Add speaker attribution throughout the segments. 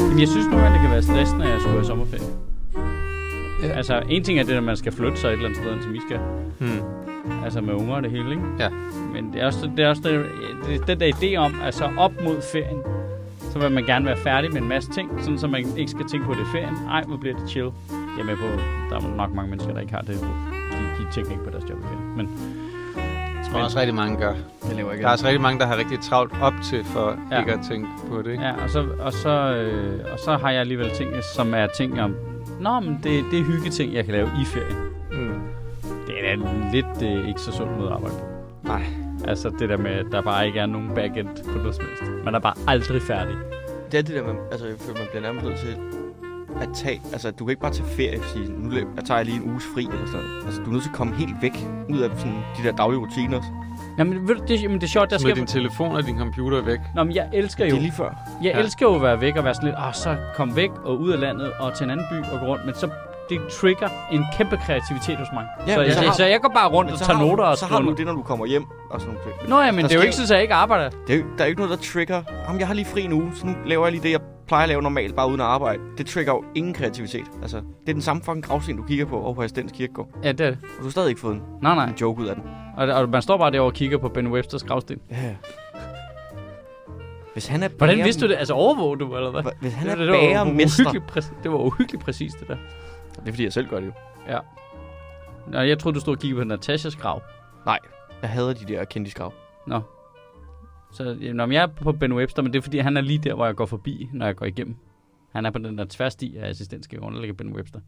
Speaker 1: Jamen, jeg synes nogle gange, det kan være stressende, at jeg skulle have sommerferie.
Speaker 2: Ja.
Speaker 1: Ja. Altså, en ting er det, at man skal flytte sig et eller andet sted, hen, som I skal.
Speaker 2: Hmm.
Speaker 1: Altså med unger og det hele, ikke?
Speaker 2: Ja.
Speaker 1: Men det er også, det er også det, det er den der idé om, at så op mod ferien, så vil man gerne være færdig med en masse ting, sådan så man ikke skal tænke på det er ferien. Ej, hvor bliver det chill. Jeg er med på, der er nok mange mennesker, der ikke har det. De, de tænker ikke på deres job i ferien. Men
Speaker 2: Jeg tror også rigtig mange gør.
Speaker 1: det lever ikke.
Speaker 2: Der er også rigtig mange, der har rigtig travlt op til for
Speaker 1: Ja.
Speaker 2: ja. ikke at tænke på det. Ikke?
Speaker 1: Ja, og så, og, så, øh, og så har jeg alligevel ting, som er ting om, Nå, men det, det er hyggeting, jeg kan lave i ferien.
Speaker 2: Mm.
Speaker 1: Det er da lidt øh, ikke så sundt måde at arbejde på.
Speaker 2: Nej.
Speaker 1: Altså det der med, at der bare ikke er nogen backend på noget som helst. Man er bare aldrig færdig.
Speaker 3: Det er det der, man, altså, jeg føler, man bliver nærmest nødt til at tage... Altså, du kan ikke bare tage ferie og sige, nu la- jeg tager jeg lige en uges fri eller sådan noget. Altså, du er nødt til at komme helt væk ud af sådan, de der daglige rutiner.
Speaker 1: Jamen, ved du, det, jamen, det er sjovt, der
Speaker 2: Smid
Speaker 1: skal...
Speaker 2: din telefon og din computer væk.
Speaker 1: Nå, men jeg elsker
Speaker 3: Det
Speaker 1: jo...
Speaker 3: er lige før.
Speaker 1: Jeg
Speaker 2: Ja.
Speaker 1: elsker jo at være væk og være sådan lidt... Åh, så kom væk og ud af landet og til en anden by og gå rundt. Men så det trigger en kæmpe kreativitet hos mig.
Speaker 3: Ja,
Speaker 1: så,
Speaker 3: men
Speaker 1: jeg,
Speaker 3: så har-
Speaker 1: så jeg går bare rundt og tager
Speaker 3: har,
Speaker 1: noter
Speaker 3: du,
Speaker 1: og
Speaker 3: så har
Speaker 1: skriver
Speaker 3: du
Speaker 1: ned.
Speaker 3: det, når du kommer hjem og sådan nogle ting.
Speaker 1: Nå ja, men det er jo
Speaker 3: sker
Speaker 1: ikke sådan, at jeg ikke arbejder.
Speaker 3: Det er, jo- der er jo ikke noget, der trigger. Jamen, jeg har lige fri en uge, så nu laver jeg lige det, jeg plejer at lave normalt, bare uden at arbejde. Det trigger jo ingen kreativitet. Altså, det er den samme fucking gravsten, du kigger på over på Astens Kirkegård.
Speaker 1: Ja, det er det.
Speaker 3: Og du har stadig ikke fået en,
Speaker 1: Nej, nej.
Speaker 3: en joke ud af den.
Speaker 1: Og, og man står bare derovre og kigger på Ben Websters gravsten.
Speaker 3: Ja. Hvis han er
Speaker 1: Hvordan
Speaker 3: bager-
Speaker 1: vidste du det? Altså overvågede du, eller hvad?
Speaker 3: Hva- Hvis han
Speaker 1: Det,
Speaker 3: er
Speaker 1: var- det, var,
Speaker 3: bagermester.
Speaker 1: uhyggeligt præ- det var uhyggeligt præcis, det der.
Speaker 3: Det er fordi, jeg selv gør det jo.
Speaker 1: Nå, jeg troede, du stod og kiggede på Natashas grav.
Speaker 3: Nej, jeg hader de der kendiskrav.
Speaker 1: Så jamen, om jeg er på Ben Webster, men det er fordi, han er lige der, hvor jeg går forbi, når jeg går igennem. Han er på den der tværsti af assistentskaberen, der ligger Ben Webster.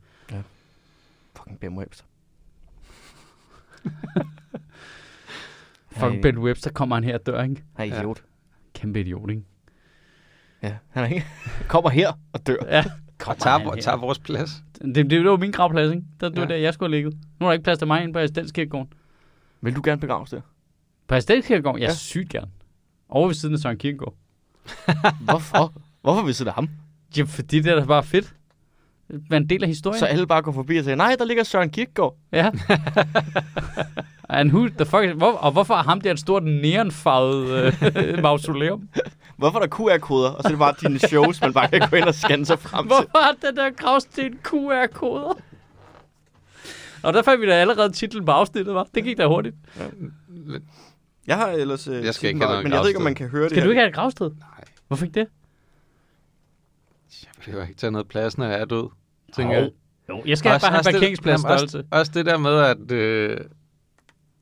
Speaker 3: Fucking Ben Webster.
Speaker 1: Fuck, Ben Webster kommer han her og dør, ikke?
Speaker 3: Han er
Speaker 2: Ja.
Speaker 3: idiot.
Speaker 1: Kæmpe idiot, ikke?
Speaker 3: Ja, han er ikke. kommer her og dør.
Speaker 1: Ja.
Speaker 2: Og
Speaker 1: Kommer
Speaker 2: tager,
Speaker 1: han
Speaker 2: vo-
Speaker 1: her.
Speaker 2: tager vores plads.
Speaker 1: Det, det, var jo min gravplads, ikke? Der, det var
Speaker 2: Ja.
Speaker 1: der, jeg skulle have ligget. Nu er der ikke plads til mig inde på assistentskabegården.
Speaker 3: Vil du gerne begraves der?
Speaker 1: På assistentskabegården? Jeg ja.
Speaker 3: Ja.
Speaker 1: sygt gerne. Over ved siden af Søren Kierkegaard.
Speaker 3: Hvorfor? Hvorfor vil sidde ham?
Speaker 1: Ja, fordi det er da bare fedt. Man en del af historien.
Speaker 3: Så alle bare går forbi og siger, nej, der ligger Søren Kierkegaard.
Speaker 1: Ja. And who the fuck, hvor, og hvorfor har ham der et stort neonfarvet øh, mausoleum?
Speaker 3: Hvorfor er der QR-koder? Og så er det bare dine shows, man bare kan gå ind og scanne sig frem til.
Speaker 1: Hvorfor har den der gravsten QR-koder? Og der fandt vi da allerede titlen på afsnittet, var. Det gik da hurtigt.
Speaker 3: Jeg har ellers... Øh,
Speaker 2: Jeg skal ikke
Speaker 3: meget,
Speaker 2: have noget
Speaker 3: Men jeg ved ikke,
Speaker 2: gravsted.
Speaker 3: om man kan høre det
Speaker 1: Skal du ikke have et gravsted?
Speaker 2: Nej,
Speaker 1: Hvorfor ikke det?
Speaker 2: jeg behøver ikke tage noget plads, når jeg er død. Tænker
Speaker 1: Jo.
Speaker 2: jeg.
Speaker 1: Jo, jeg skal bare have en
Speaker 2: det-
Speaker 1: parkeringsplads
Speaker 2: jamen,
Speaker 1: størrelse.
Speaker 2: også, også det der med, at, øh,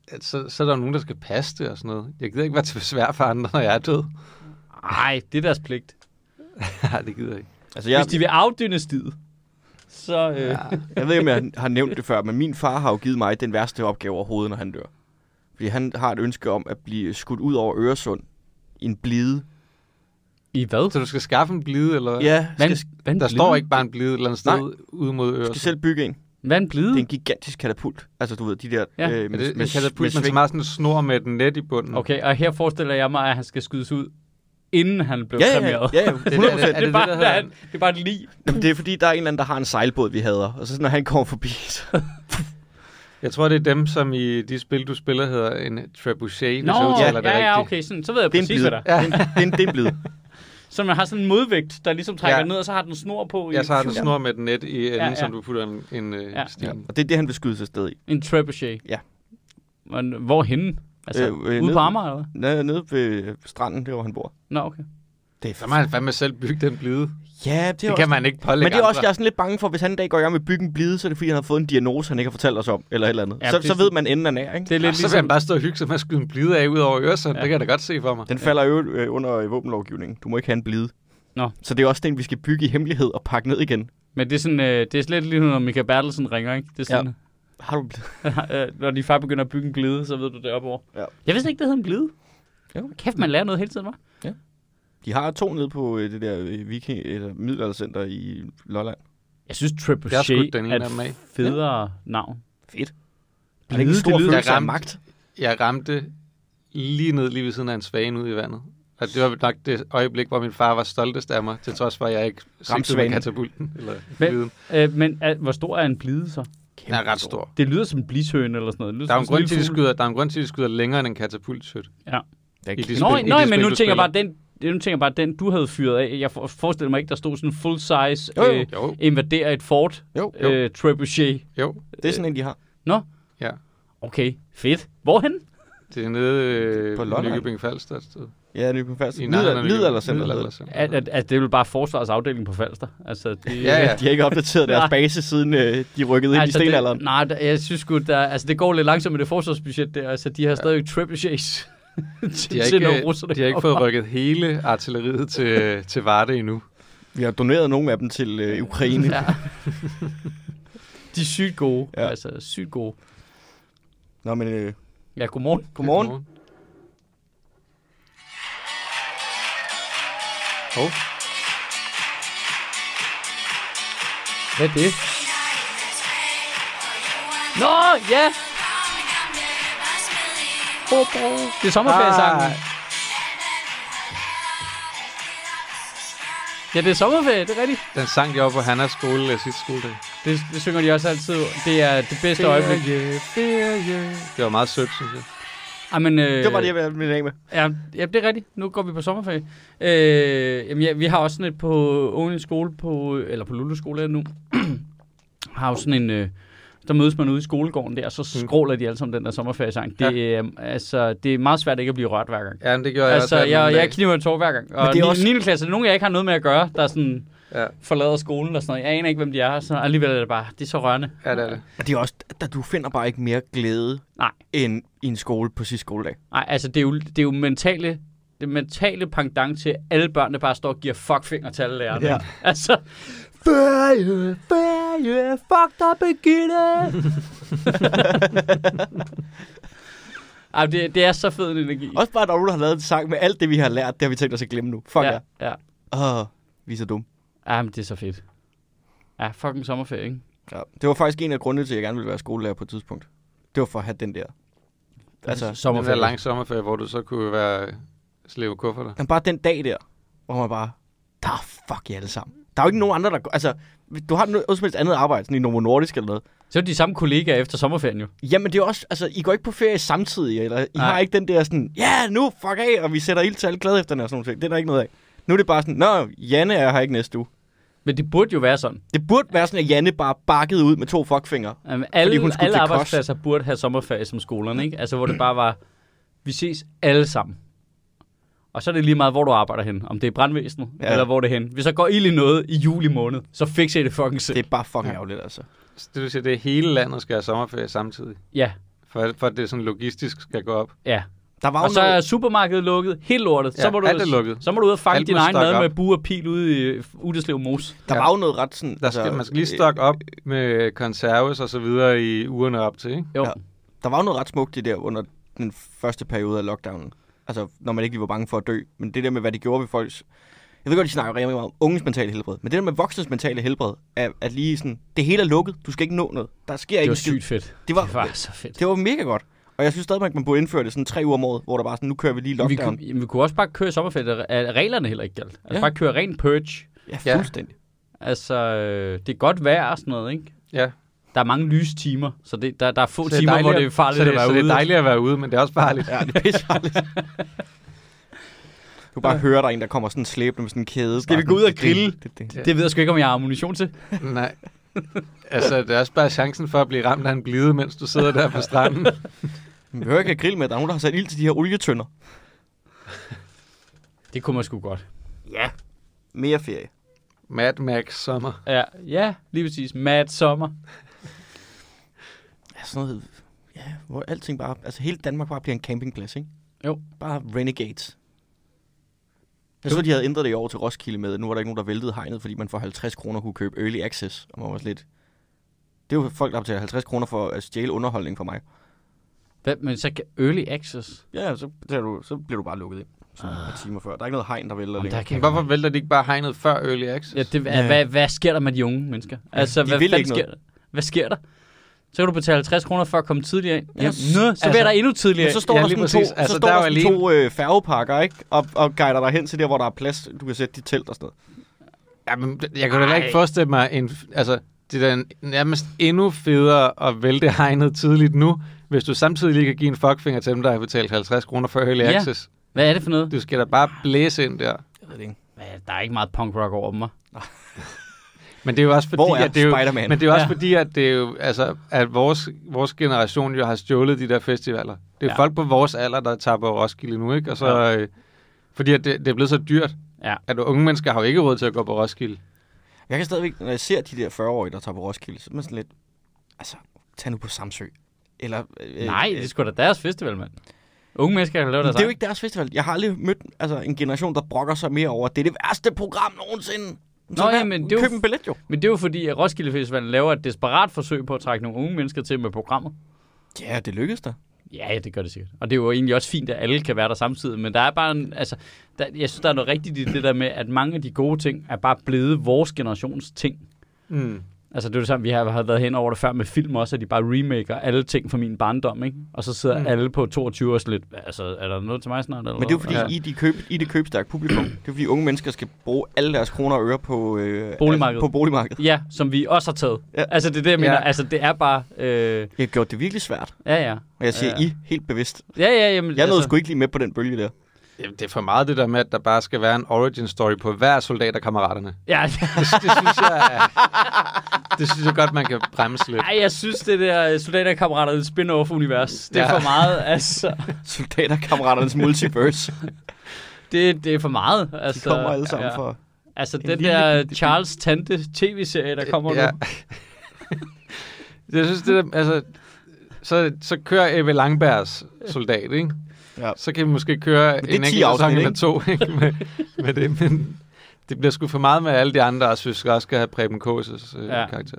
Speaker 2: at så, så er der jo nogen, der skal passe det og sådan noget. Jeg gider ikke være til besvær for andre, når jeg er død.
Speaker 1: Nej, det er deres pligt.
Speaker 2: Nej, det gider jeg ikke.
Speaker 3: Altså,
Speaker 1: Ja.
Speaker 3: jeg,
Speaker 1: Hvis de vil afdynde stiget, så... Øh, ja.
Speaker 3: jeg ved ikke, om jeg har nævnt det før, men min far har jo givet mig den værste opgave overhovedet, når han dør. Fordi han har et ønske om at blive skudt ud over Øresund i en blide.
Speaker 1: I hvad?
Speaker 2: Så du skal skaffe en blide, eller hvad?
Speaker 3: Ja,
Speaker 1: Hvad,
Speaker 3: skal,
Speaker 1: en- hvad en
Speaker 2: Der
Speaker 1: blide?
Speaker 2: står ikke bare en blide et eller andet sted
Speaker 3: Nej.
Speaker 2: ude mod
Speaker 3: skal
Speaker 2: øret.
Speaker 3: selv bygge en.
Speaker 1: Hvad en blide?
Speaker 3: Det er en gigantisk katapult. Altså, du ved, de der...
Speaker 1: Ja.
Speaker 3: øh,
Speaker 2: Er det
Speaker 3: med-
Speaker 2: en katapult,
Speaker 3: med
Speaker 2: man så
Speaker 3: sving.
Speaker 2: meget sådan en snor med et net i bunden?
Speaker 3: Mm.
Speaker 1: Okay, og her forestiller jeg mig, at han skal skydes ud, inden han blev
Speaker 3: Ja, ja, ja,
Speaker 1: kremeret.
Speaker 3: ja, ja,
Speaker 2: det-
Speaker 3: 100
Speaker 1: Det,
Speaker 3: procent.
Speaker 1: er,
Speaker 2: Er
Speaker 1: det,
Speaker 2: det
Speaker 1: bare,
Speaker 2: det, der
Speaker 1: det, er,
Speaker 2: hedder-
Speaker 1: det er bare et lig.
Speaker 3: Jamen, det er fordi, der er en eller anden, der har en sejlbåd, vi hader. Og så når han kommer forbi, så...
Speaker 2: Jeg tror, det er dem, som i de spil, du spiller, hedder en trebuchet, hvis
Speaker 1: Nå,
Speaker 2: jeg
Speaker 1: ja,
Speaker 2: udtaler det
Speaker 1: ja, ja,
Speaker 2: rigtigt.
Speaker 1: okay, sådan, så ved jeg
Speaker 3: Det er en
Speaker 1: præcis,
Speaker 3: blid.
Speaker 1: hvad
Speaker 3: Det
Speaker 1: der er.
Speaker 3: er en- det er en- det er en blid.
Speaker 1: Så man har sådan en modvægt, der ligesom trækker
Speaker 2: Ja.
Speaker 1: ned, og så har den snor på i
Speaker 2: Jeg så har
Speaker 1: en,
Speaker 2: en snor med et net i enden,
Speaker 1: Ja, ja.
Speaker 2: som du putter en, en øh,
Speaker 1: Ja.
Speaker 2: ja.
Speaker 3: Ja,
Speaker 2: sten.
Speaker 3: og det er det, han vil skyde sig sted i.
Speaker 1: en trebuchet.
Speaker 3: Ja.
Speaker 1: Men hvorhenne? Altså,
Speaker 3: Øh, øh,
Speaker 1: øh, ude
Speaker 3: nede-
Speaker 1: på Amager, eller hvad?
Speaker 3: Nede, nede ved stranden, der hvor han bor.
Speaker 1: Nå, okay.
Speaker 3: Det er
Speaker 2: Så må han fandme selv bygge den blide. Det,
Speaker 3: Ja, det, er
Speaker 2: det kan man ikke pålægge
Speaker 3: Men det er også,
Speaker 2: andre.
Speaker 3: jeg er sådan lidt bange for, hvis han en dag går i gang med at bygge en blide, så er det fordi, han har fået en diagnose, han ikke har fortalt os om, eller et eller andet.
Speaker 1: Ja,
Speaker 3: Ja, så,
Speaker 1: det-
Speaker 3: så ved man enden af nær, ikke?
Speaker 1: Det er lidt
Speaker 2: Ja,
Speaker 1: ja,
Speaker 2: så vil han
Speaker 1: ligesom...
Speaker 2: bare stå og hygge sig med at skyde en blide af ud over Øresund.
Speaker 1: Ja.
Speaker 2: Ja. Det kan jeg da godt se for mig.
Speaker 3: Den falder jo øh, under øh, våbenlovgivningen. Du må ikke have en blide.
Speaker 1: Nå.
Speaker 3: Så det er også den, vi skal bygge i hemmelighed og pakke ned igen.
Speaker 1: Men det er, sådan, øh, det er slet lige, når Michael Bertelsen ringer, ikke? Det er sådan,
Speaker 3: Har du en blide?
Speaker 1: ja. når de far begynder at bygge en glide, så ved du det opover.
Speaker 3: Ja.
Speaker 1: Jeg vidste ikke, det hed en glide.
Speaker 3: Jo.
Speaker 1: Kæft, man lærer noget hele tiden, hva'?
Speaker 3: De har to nede på øh, det der øh, viking, eller middelaldercenter i Lolland.
Speaker 1: Jeg synes,
Speaker 2: Jeg har
Speaker 1: trebuchet
Speaker 2: skudt den ene
Speaker 1: er
Speaker 2: af dem af.
Speaker 1: et federe navn.
Speaker 3: Fedt. Er det Øh,
Speaker 1: Blide,
Speaker 3: ikke en stor
Speaker 1: det lyder...
Speaker 3: følelse af
Speaker 2: ramt.
Speaker 3: magt?
Speaker 2: Jeg ramte lige ned lige ved siden af en svane ude i vandet. Og det var nok det øjeblik, hvor min far var stoltest af mig, til trods for, at jeg ikke sigtede med
Speaker 3: svanen.
Speaker 2: katapulten. Eller
Speaker 1: Men-
Speaker 2: bliden.
Speaker 1: Øh, men øh, hvor stor er en blide så? Kæmpe
Speaker 2: Den er ret stor.
Speaker 1: Det lyder som en blishøne eller sådan noget. Det lyder
Speaker 2: Der er, jo en
Speaker 1: som
Speaker 2: grund
Speaker 1: sådan
Speaker 2: til, de
Speaker 1: lille
Speaker 2: skyder, der er en grund til, at de skyder længere end en katapultskyt.
Speaker 4: Der er
Speaker 2: I det
Speaker 4: kæmpe-
Speaker 1: fugle.
Speaker 2: spil- i
Speaker 1: Nå,
Speaker 2: det
Speaker 1: nej, men
Speaker 2: spil,
Speaker 1: nu
Speaker 2: du
Speaker 1: tænker jeg bare,
Speaker 2: spiller.
Speaker 1: den, nu tænker jeg bare, den du havde fyret af. Jeg for- forestiller mig ikke, der stod sådan en full-size
Speaker 3: Jo, jo.
Speaker 1: øh,
Speaker 2: Jo,
Speaker 1: invadere et fort
Speaker 3: Jo,
Speaker 2: jo.
Speaker 1: øh, trebuchet.
Speaker 2: jo.
Speaker 3: Det er sådan en, de har.
Speaker 1: Okay, fedt. Hvorhen?
Speaker 2: Det er nede øh,
Speaker 3: På
Speaker 2: på
Speaker 3: Lolland.
Speaker 2: Nykøbing Falster et sted.
Speaker 3: Ja, ny på fast.
Speaker 2: I nærheden af Nykøbing-
Speaker 3: Middelaldercenter. hedder det.
Speaker 2: Middelaldercenter.
Speaker 1: At, at, at det er vel bare forsvarets afdeling på Falster. Altså, det,
Speaker 2: Ja, ja.
Speaker 3: De har ikke opdateret deres base, siden øh, de rykkede ind i stenalderen.
Speaker 1: Altså, det, nej, der- jeg synes sgu, der, altså, det går lidt langsomt med det forsvarsbudget der. Altså, de har stadigvæk trebuchets.
Speaker 2: De har ikke, øh, de har ikke fået rykket hele artilleriet til, til Varde endnu.
Speaker 3: Vi har doneret nogle af dem til øh, Ukraine.
Speaker 1: Ja. De er sygt gode.
Speaker 3: Ja.
Speaker 1: Ja. Altså, sygt gode.
Speaker 3: Nå, men øh,
Speaker 1: Ja, godmorgen.
Speaker 3: godmorgen.
Speaker 2: Hov,
Speaker 1: Hvad er det? Nå, ja! Det er sommerferiesangen.
Speaker 2: Ah.
Speaker 1: Ja, det er sommerferie, det er rigtigt.
Speaker 2: den sang de op på Hannas skole øh, sidste skoledag.
Speaker 1: Det, det synger de også altid. Det er det bedste øjeblik.
Speaker 2: Ferie, ferie. Det var meget sødt, synes jeg.
Speaker 1: Ej, men, øh,
Speaker 3: Det var det, jeg ville ville af med.
Speaker 1: Ja, ja, det er rigtigt. Nu går vi på sommerferie. Øh, jamen, ja, vi har også sådan et på Ågens skole, på, eller på Lulles skole nu, har jo sådan en... Øh, der mødes man ude i skolegården der, og så
Speaker 2: Mm.
Speaker 1: skråler de alle sammen den der sommerferiesang. Det, ja. øh, altså, det er meget svært ikke at blive rørt hver gang.
Speaker 2: Ja, men det gjorde jeg
Speaker 1: Altså,
Speaker 2: også. her den
Speaker 1: jeg,
Speaker 2: anden
Speaker 1: jeg
Speaker 2: dag.
Speaker 1: kniver en tår hver gang. Og
Speaker 3: det er
Speaker 1: det er
Speaker 3: også-
Speaker 1: 9. klasse, det er nogen, jeg ikke har noget med at gøre, der sådan
Speaker 2: Ja.
Speaker 1: forlader skolen og sådan noget. Jeg aner ikke, hvem de er, så alligevel er det bare, det er så rørende.
Speaker 2: Ja, det er det.
Speaker 3: Og det er også, der, du finder bare ikke mere glæde
Speaker 1: Nej.
Speaker 3: end i en skole på sidste skoledag.
Speaker 1: Nej, altså det er jo, det er jo mentale, det mentale pendant til, at alle børnene bare står og giver fuckfinger til alle lærerne.
Speaker 3: Ja.
Speaker 1: Ja. Altså, ferie, ferie, fuck dig, Birgitte! Ej, det, det er så fed en energi.
Speaker 3: Også bare, at der er nogen, der har lavet en sang med alt det, vi har lært, det har vi tænkt os at glemme nu. Fuck ja.
Speaker 1: ja. ja.
Speaker 3: Åh, vi er så dumme.
Speaker 1: Ja, men det er så fedt. Ja, fucking sommerferie, ikke?
Speaker 3: Ja. Det var faktisk en af grundene til, at jeg gerne ville være skolelærer på et tidspunkt. Det var for at have den der. Altså,
Speaker 2: Den der
Speaker 1: sommerferie.
Speaker 2: lang sommerferie, hvor du så kunne være slæve kufferter.
Speaker 3: men bare den dag der, hvor man bare, der er fuck jer alle sammen. Der er jo ikke nogen andre, der... går- Altså, du har noget, noget som helst andet arbejde, sådan i Novo Nordisk eller noget.
Speaker 1: Så er det de samme kollegaer efter sommerferien jo.
Speaker 3: Jamen det er også, altså I går ikke på ferie samtidig, eller I Nej.
Speaker 1: Nej.
Speaker 3: har ikke den der sådan, ja yeah, nu fuck af, og vi sætter ild til alle glade efter og sådan noget. Det er der ikke noget af. Nu er det bare sådan, nå, Janne er her ikke næste uge.
Speaker 1: Men det burde jo være sådan.
Speaker 3: Det burde være sådan, at Janne bare bakkede ud med to fuckfingre.
Speaker 1: Jamen, Øhm, alle,
Speaker 3: hun skulle
Speaker 1: alle
Speaker 3: til kost.
Speaker 1: arbejdspladser burde have sommerferie som skolerne, ikke? Altså, hvor det bare var, vi ses alle sammen. Og så er det lige meget, hvor du arbejder hen. Om det er brandvæsenet,
Speaker 3: Ja.
Speaker 1: ja. eller hvor det er hen. Hvis der går ild i noget i juli måned, så fikser I det fucking selv.
Speaker 3: Det er bare fucking
Speaker 2: Ja.
Speaker 3: ærgerligt, altså.
Speaker 2: Så det vil sige, det er hele landet skal have sommerferie samtidig.
Speaker 1: Ja,
Speaker 2: For, for at det sådan logistisk skal gå op.
Speaker 1: ja.
Speaker 3: Der var
Speaker 1: Og
Speaker 3: jo
Speaker 1: så er
Speaker 3: noget,
Speaker 1: supermarkedet lukket. Helt lortet. så,
Speaker 2: Ja,
Speaker 1: må du,
Speaker 2: alt er lukket.
Speaker 1: så må du ud og fange
Speaker 2: Alt
Speaker 1: din
Speaker 2: må
Speaker 1: egen
Speaker 2: stokke
Speaker 1: mad med
Speaker 2: op.
Speaker 1: bue og pil ude i øh, Uteslev Mose.
Speaker 3: der
Speaker 2: Ja.
Speaker 3: var jo noget ret sådan...
Speaker 2: Der skal,
Speaker 3: altså,
Speaker 2: man skal lige
Speaker 3: øh,
Speaker 2: stokke op med konserves og så videre i ugerne op til, ikke?
Speaker 1: Jo.
Speaker 3: Ja.
Speaker 1: Ja.
Speaker 3: Der var jo noget ret smukt i det der under den første periode af lockdownen. Altså, når man ikke lige var bange for at dø. Men det der med, hvad det gjorde ved folks... Jeg ved godt, de snakker rigtig meget om unges mentale helbred. Men det der med voksnes mentale helbred, er, at lige sådan, det hele er lukket. Du skal ikke nå noget. Der sker
Speaker 1: Det
Speaker 3: ikke
Speaker 1: var
Speaker 3: en skid.
Speaker 1: sygt fedt.
Speaker 3: Det var-
Speaker 1: det var så fedt.
Speaker 3: Det var mega godt. Og jeg synes stadigvæk, man burde indføre det sådan tre uger om året, hvor der bare sådan, nu kører vi lige
Speaker 1: Vi
Speaker 3: lockdown.
Speaker 1: kunne, jamen, vi kunne også bare køre i sommerferie. Der er reglerne heller ikke galt. Altså,
Speaker 3: Ja.
Speaker 1: ja. bare køre ren purge.
Speaker 3: Ja,
Speaker 2: Ja.
Speaker 3: fuldstændig.
Speaker 1: Altså, øh, det er godt vejr og sådan noget, ikke?
Speaker 2: Ja.
Speaker 1: Der er mange lystimer, så det, der, der er få
Speaker 2: Så det er
Speaker 1: timer,
Speaker 2: dejligt
Speaker 1: hvor det er farligt
Speaker 2: så det,
Speaker 1: at være
Speaker 2: så
Speaker 1: ude.
Speaker 2: det er dejligt at være ude, men det er også farligt.
Speaker 3: Ja, det er pissefarligt. du kan bare høre, der er en, der kommer sådan slæbende med sådan en kæde.
Speaker 1: Skal vi
Speaker 3: Bare
Speaker 1: gå ud og
Speaker 3: sådan, det-
Speaker 1: grille?
Speaker 3: det- det-
Speaker 1: Det ved jeg sgu ikke, om jeg har ammunition til.
Speaker 2: Nej. Altså, det er også bare chancen for at blive ramt af en blide, mens du sidder der på stranden.
Speaker 3: Vi behøver ikke at grille med, der er nogen, der har sat ild til de her olietønder.
Speaker 1: Det kunne man sgu godt.
Speaker 3: Mere ferie.
Speaker 2: Mad Max sommer.
Speaker 1: Ja, ja lige præcis. Mad sommer.
Speaker 3: Ja, sådan noget, ja, hvor alting bare, altså hele Danmark bare bliver en campingplads, ikke?
Speaker 1: Jo.
Speaker 3: Bare renegades. Jeg så, de havde ændret det i år til Roskilde med, at nu var der ikke nogen, der væltede hegnet, fordi man for 50 kroner kunne købe early access. Og man var også lidt... Det er jo folk, der betaler 50 kroner for at stjæle underholdning fra mig.
Speaker 1: Hvad, men så kan early access.
Speaker 3: Ja, så, betaler du, så bliver du bare lukket ind. Sådan et par timer før. Der er ikke noget hegn, der vælter
Speaker 1: Jamen, der
Speaker 3: længere.
Speaker 1: kan
Speaker 2: Hvorfor vælter de ikke bare hegnet før Early Access?
Speaker 1: ja, det,
Speaker 3: Ja.
Speaker 1: ja. Hvad, hvad sker der med de unge mennesker? Altså,
Speaker 3: de
Speaker 1: hvad
Speaker 3: vil
Speaker 1: fanden
Speaker 3: ikke
Speaker 1: sker der? Hvad sker der? Så kan du betale 50 kroner for at komme tidligere ind.
Speaker 3: Ja,
Speaker 1: Ja, Nå, så
Speaker 3: altså-
Speaker 1: altså, bliver der endnu tidligere
Speaker 3: Men så
Speaker 1: ind.
Speaker 3: står
Speaker 2: Ja,
Speaker 3: der
Speaker 2: lige
Speaker 3: sådan to,
Speaker 2: præcis.
Speaker 3: så
Speaker 2: Altså,
Speaker 3: står
Speaker 2: der
Speaker 3: der
Speaker 2: er
Speaker 3: sådan
Speaker 2: jo
Speaker 3: to øh, færgepakker, ikke? Og, og guider dig hen til der, hvor der er plads. Du kan sætte dit telt og sådan noget.
Speaker 2: Jamen, jeg kunne da heller ikke forestille mig en... Altså, det er da nærmest endnu federe at vælte hegnet tidligt nu, hvis du samtidig lige kan give en fuckfinger til dem, der har betalt 50 kroner for Early
Speaker 1: Ja.
Speaker 2: Access.
Speaker 1: Hvad er det for noget?
Speaker 2: Du skal da bare blæse ind der.
Speaker 3: Jeg ved det ikke.
Speaker 1: Hvad er det? Der er ikke meget punk rock over mig.
Speaker 2: Men det er jo også fordi,
Speaker 3: Hvor er
Speaker 2: at det er jo,
Speaker 3: Spider-Man?
Speaker 2: Men det er jo også
Speaker 1: Ja.
Speaker 2: ja. fordi, at, det er jo, altså, at vores, vores generation jo har stjålet de der festivaler. Det er
Speaker 1: Ja.
Speaker 2: ja. folk på vores alder, der tager på Roskilde nu, ikke? Og så,
Speaker 1: Ja.
Speaker 2: ja. øh, fordi at det, det er blevet så dyrt,
Speaker 1: Ja.
Speaker 2: at unge mennesker har jo ikke råd til at gå på Roskilde.
Speaker 3: Jeg kan stadigvæk, når jeg ser de der 40-årige, der tager på Roskilde, så er man sådan lidt, altså, tag nu på Samsø. Eller, øh,
Speaker 1: Nej,
Speaker 3: øh,
Speaker 1: det er sgu da deres festival, mand. Unge mennesker kan lave
Speaker 3: Men
Speaker 1: deres
Speaker 3: det er jo
Speaker 1: egen.
Speaker 3: ikke deres festival. Jeg har aldrig mødt altså, en generation, der brokker sig mere over, at det er det værste program nogensinde. Så
Speaker 1: Nå,
Speaker 3: lad-
Speaker 1: jamen, det er jo
Speaker 3: køb
Speaker 1: f-
Speaker 3: en billet jo.
Speaker 1: Men det er jo fordi, at Roskilde Festivalen laver et desperat forsøg på at trække nogle unge mennesker til med programmet.
Speaker 3: Ja, det lykkedes da.
Speaker 1: Ja, ja, det gør det sikkert. Og det er jo egentlig også fint, at alle kan være der samtidig, men der er bare en, altså, der, jeg synes, der er noget rigtigt i det der med, at mange af de gode ting er bare blevet vores generations ting.
Speaker 2: Mm.
Speaker 1: Altså det er jo det samme, vi har har været hen over det før med film også, at de bare remaker alle ting fra min barndom, ikke? Og så sidder mm.
Speaker 2: Mm.
Speaker 1: alle på 22 og sådan lidt, altså er der noget til mig snart? Eller
Speaker 3: Men det er jo fordi,
Speaker 1: Ja.
Speaker 3: ja. I, de køb, I det købstærke publikum, det er jo fordi, unge mennesker skal bruge alle deres kroner og øre på, øh,
Speaker 1: Boligmarkedet.
Speaker 3: på boligmarkedet.
Speaker 1: Ja, som vi også har taget. Ja.
Speaker 3: Ja.
Speaker 1: Altså det er det, jeg mener. Ja.
Speaker 2: Ja.
Speaker 1: Altså det er bare, øh,
Speaker 3: Jeg har gjort det virkelig svært.
Speaker 1: ja ja.
Speaker 3: Og jeg siger
Speaker 1: Ja.
Speaker 3: ja. I helt bevidst.
Speaker 1: Ja, ja, jamen,
Speaker 3: Jeg nåede
Speaker 1: altså,
Speaker 3: sgu ikke lige med på den bølge der.
Speaker 2: Jamen, det er for meget det der med, at der bare skal være en origin story på hver soldat af kammeraterne.
Speaker 1: Ja,
Speaker 2: Det, det, synes jeg, er, det synes jeg godt, man kan bremse lidt.
Speaker 1: Ej, jeg synes, det der øh, soldaterkammerater er et spin-off-univers. Det er
Speaker 2: Ja.
Speaker 1: for meget, altså.
Speaker 3: Soldaterkammeraternes multiverse.
Speaker 1: Det, det er for meget.
Speaker 3: De
Speaker 1: Altså,
Speaker 3: kommer alle sammen ja. fra...
Speaker 1: Altså,
Speaker 3: en
Speaker 1: den
Speaker 3: lille
Speaker 1: der
Speaker 3: bitte-
Speaker 1: Charles Tante tv-serie, der kommer nu.
Speaker 2: jeg synes, det der, altså, så, så kører Ebbe Langbergs soldat, ikke?
Speaker 3: Ja.
Speaker 2: Så kan vi måske køre
Speaker 3: Men det er
Speaker 2: en
Speaker 3: 10
Speaker 2: enkelt sæson
Speaker 3: afsnit,
Speaker 2: eller
Speaker 3: ikke?
Speaker 2: to ikke? Med, med det, men det bliver sgu for meget med alle de andre også, hvis vi også skal have Preben Kåses øh,
Speaker 1: Ja.
Speaker 2: ja. karakter.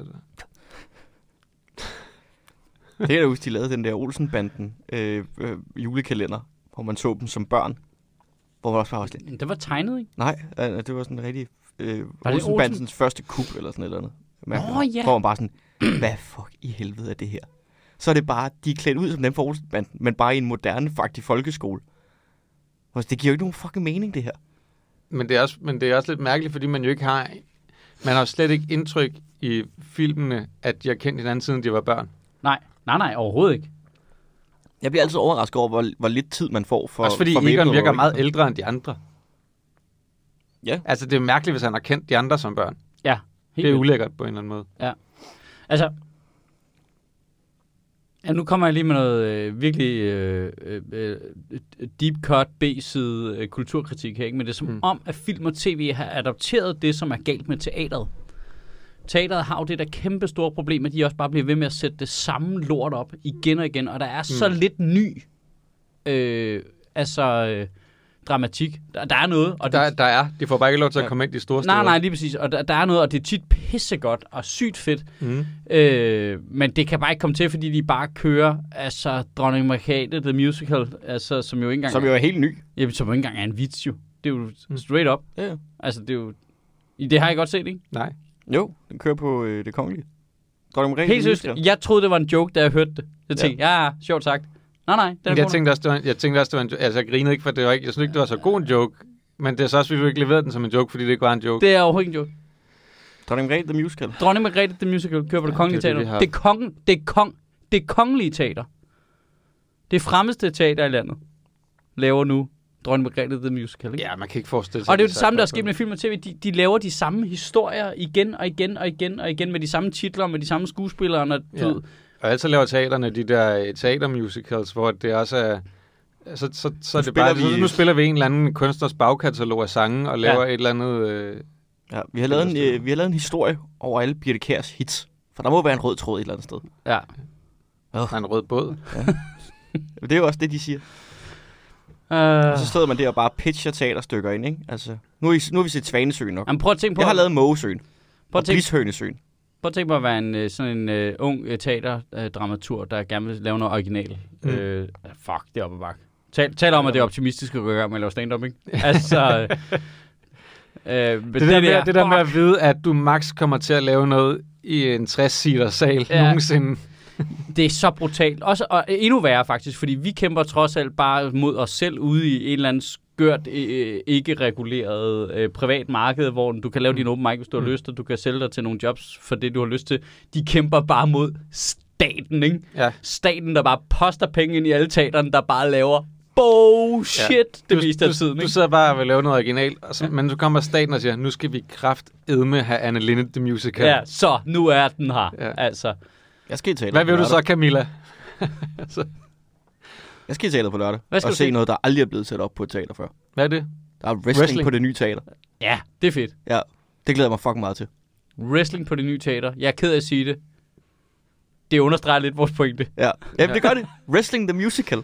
Speaker 3: Det er da huske, de lavede den der Olsen-banden øh, øh, julekalender, hvor man så dem som børn. Hvor man også bare var sådan,
Speaker 1: Men Det var tegnet, ikke?
Speaker 3: nej, øh, det var sådan en rigtig øh,
Speaker 1: det
Speaker 3: Olsen-bandens første kub eller sådan et eller andet.
Speaker 1: Nå, ja.
Speaker 3: Hvor man bare sådan, hvad fuck i helvede er det her? Så er det bare, de er klædt ud som dem fra Olsen-banden, men bare i en moderne, faktisk folkeskole. Og Det giver jo ikke nogen fucking mening, det her.
Speaker 2: Men det, er også, men det er også lidt mærkeligt, fordi man jo ikke har... Man har jo slet ikke indtryk i filmene, at de har kendt hinanden, siden de var børn.
Speaker 1: Nej, nej, nej, overhovedet ikke.
Speaker 3: Jeg bliver altid overrasket over, hvor, hvor lidt tid man får for
Speaker 2: For, også fordi
Speaker 3: for
Speaker 2: Egon
Speaker 3: væbnet
Speaker 2: virker
Speaker 3: røveri.
Speaker 2: meget ældre end de andre.
Speaker 3: Ja.
Speaker 2: Altså, det er mærkeligt, hvis han har kendt de andre som børn.
Speaker 1: Ja,
Speaker 2: Det er
Speaker 1: vildt.
Speaker 2: ulækkert på en eller anden måde.
Speaker 1: Altså, ja, nu kommer jeg lige med noget øh, virkelig øh, øh, øh, deep cut B-side øh, kulturkritik her, ikke? men det er som mm.
Speaker 2: Mm.
Speaker 1: om, at film og tv har adopteret det, som er galt med teateret. Teateret har jo det der kæmpe store problem, at de også bare bliver ved med at sætte det samme lort op igen og igen, og der er
Speaker 2: Hmm.
Speaker 1: så lidt ny øh, altså, øh, dramatik. Der, der er noget, og det,
Speaker 2: Der, der er. De får bare ikke lov til at
Speaker 3: Ja.
Speaker 2: komme ind de store
Speaker 1: Nej,
Speaker 2: steder.
Speaker 1: nej, lige præcis. Og der, der er noget, og det er tit pissegodt og sygt fedt.
Speaker 2: Mm.
Speaker 1: Øh, men det kan bare ikke komme til, fordi de bare kører, altså, Dronning Margrethe, The Musical, altså, som jo ikke engang,
Speaker 3: Som jo er helt ny.
Speaker 1: jamen, som jo ikke engang er en vits, jo. Det er jo straight up.
Speaker 3: Ja, ja.
Speaker 1: Altså, det er jo... I det har jeg godt set, ikke?
Speaker 2: Nej.
Speaker 3: Jo, den kører på øh, det kongelige. Dronning Margrethe
Speaker 1: Helt seriøst,
Speaker 3: Musical.
Speaker 1: jeg troede, det var en joke, da jeg hørte det. Jeg tænkte, ja, ja sjovt sagt. Nej, nej, den er
Speaker 2: Men
Speaker 1: god
Speaker 2: jeg
Speaker 1: nok.
Speaker 2: tænkte også, det var, en- jeg tænkte også, det var en, jo- altså jeg grinede ikke, for det var ikke, jeg synes ikke, det var så god en joke. Men det er så også, vi fik ikke leveret den som en joke, fordi det ikke var en joke.
Speaker 1: Det er overhovedet ikke en joke.
Speaker 3: Dronning Margrethe The Musical.
Speaker 1: Dronning Margrethe, The Musical, kører på det
Speaker 2: Ja,
Speaker 1: kongelige
Speaker 2: det er det,
Speaker 1: teater.
Speaker 2: vi har.
Speaker 1: Det er kongen, det er kong, det er kongelige teater. Det fremmeste teater i landet laver nu Dronning Margrethe, The Musical, ikke?
Speaker 2: Ja, man kan ikke forestille sig.
Speaker 1: Og det er jo det
Speaker 2: så
Speaker 1: samme, der er
Speaker 2: godt
Speaker 1: sket
Speaker 2: fundet.
Speaker 1: med film og tv. De, de laver de samme historier igen og igen og igen og igen med de samme titler, med de samme skuespillere. Og,
Speaker 2: Ja.
Speaker 1: ja. ved,
Speaker 2: Og altså laver teaterne de der øh, teatermusicals, hvor det også er... Så, så, så er det
Speaker 3: spiller
Speaker 2: bare,
Speaker 3: vi-
Speaker 2: så, nu spiller vi en eller anden kunstners bagkatalog af sange og laver ja. et eller andet... Øh,
Speaker 3: Ja, vi har, lavet en,
Speaker 2: Understøtter.
Speaker 3: øh, vi har lavet en historie over alle Birte Kærs hits. For der må være en rød tråd et eller andet sted.
Speaker 1: ja.
Speaker 2: fra en rød båd.
Speaker 3: Det er jo også det, de siger. Og
Speaker 1: Øh,
Speaker 3: så stod man der og bare pitcher teaterstykker ind, ikke? Altså, nu har, I, nu har vi set Svanesøen nok.
Speaker 1: jamen, prøv at tænke på,
Speaker 3: Jeg har lavet Mågesøen.
Speaker 1: prøv
Speaker 3: Og
Speaker 1: at tænke,
Speaker 3: Blishønesøen.
Speaker 1: prøv at tænke på at være en, øh, sådan en øh, ung øh, teaterdramatur, der gerne vil lave noget original. Mm.
Speaker 2: Mm.
Speaker 1: Øh, fuck, det er oppe bak. Tal, tal om, at det er optimistiske rører, man laver stand-up, ikke? Altså... øh, Øh, men
Speaker 2: Det, det, der med,
Speaker 1: der,
Speaker 2: det der med
Speaker 1: fuck.
Speaker 2: at vide, at du max kommer til at lave noget i en 60-seater sal
Speaker 1: Ja.
Speaker 2: ja. nogensinde.
Speaker 1: Det er så brutalt. Også, og endnu værre faktisk, fordi vi kæmper trods alt bare mod os selv ude i en eller anden skørt, øh, ikke reguleret øh, privat marked, hvor du kan lave
Speaker 2: Mm.
Speaker 1: din open mic, hvis du har lyst, og du kan sælge dig til nogle jobs for det, du har lyst til. De kæmper bare mod staten, ikke?
Speaker 2: Ja.
Speaker 1: Staten, der bare poster penge ind i alle teaterne, der bare laver bullshit ja. det meste af
Speaker 2: du,
Speaker 1: tiden,
Speaker 2: Du
Speaker 1: ikke?
Speaker 2: sidder bare og vil lave noget originalt, og så, ja. men så kommer staten og siger, nu skal vi kraft edme have Anne Linde The Musical.
Speaker 1: Ja, så nu er den her,
Speaker 2: Ja.
Speaker 1: ja. altså.
Speaker 3: Jeg skal i teater
Speaker 2: Hvad
Speaker 3: på
Speaker 2: vil du
Speaker 3: lørdag.
Speaker 2: så, Camilla? altså,
Speaker 3: Jeg skal i teater på lørdag.
Speaker 1: Hvad skal
Speaker 3: og
Speaker 1: du
Speaker 3: se
Speaker 1: se?
Speaker 3: noget, der aldrig er blevet sat op på et teater før.
Speaker 2: hvad er det?
Speaker 3: Der er wrestling,
Speaker 2: Wrestling.
Speaker 3: wrestling. på det nye teater.
Speaker 1: Ja, det er fedt.
Speaker 3: Ja, det glæder jeg mig fucking meget til.
Speaker 1: Wrestling på det nye teater. Jeg er ked af at sige det. Det understreger lidt vores pointe.
Speaker 3: Ja, Jamen, det gør det. Wrestling the Musical.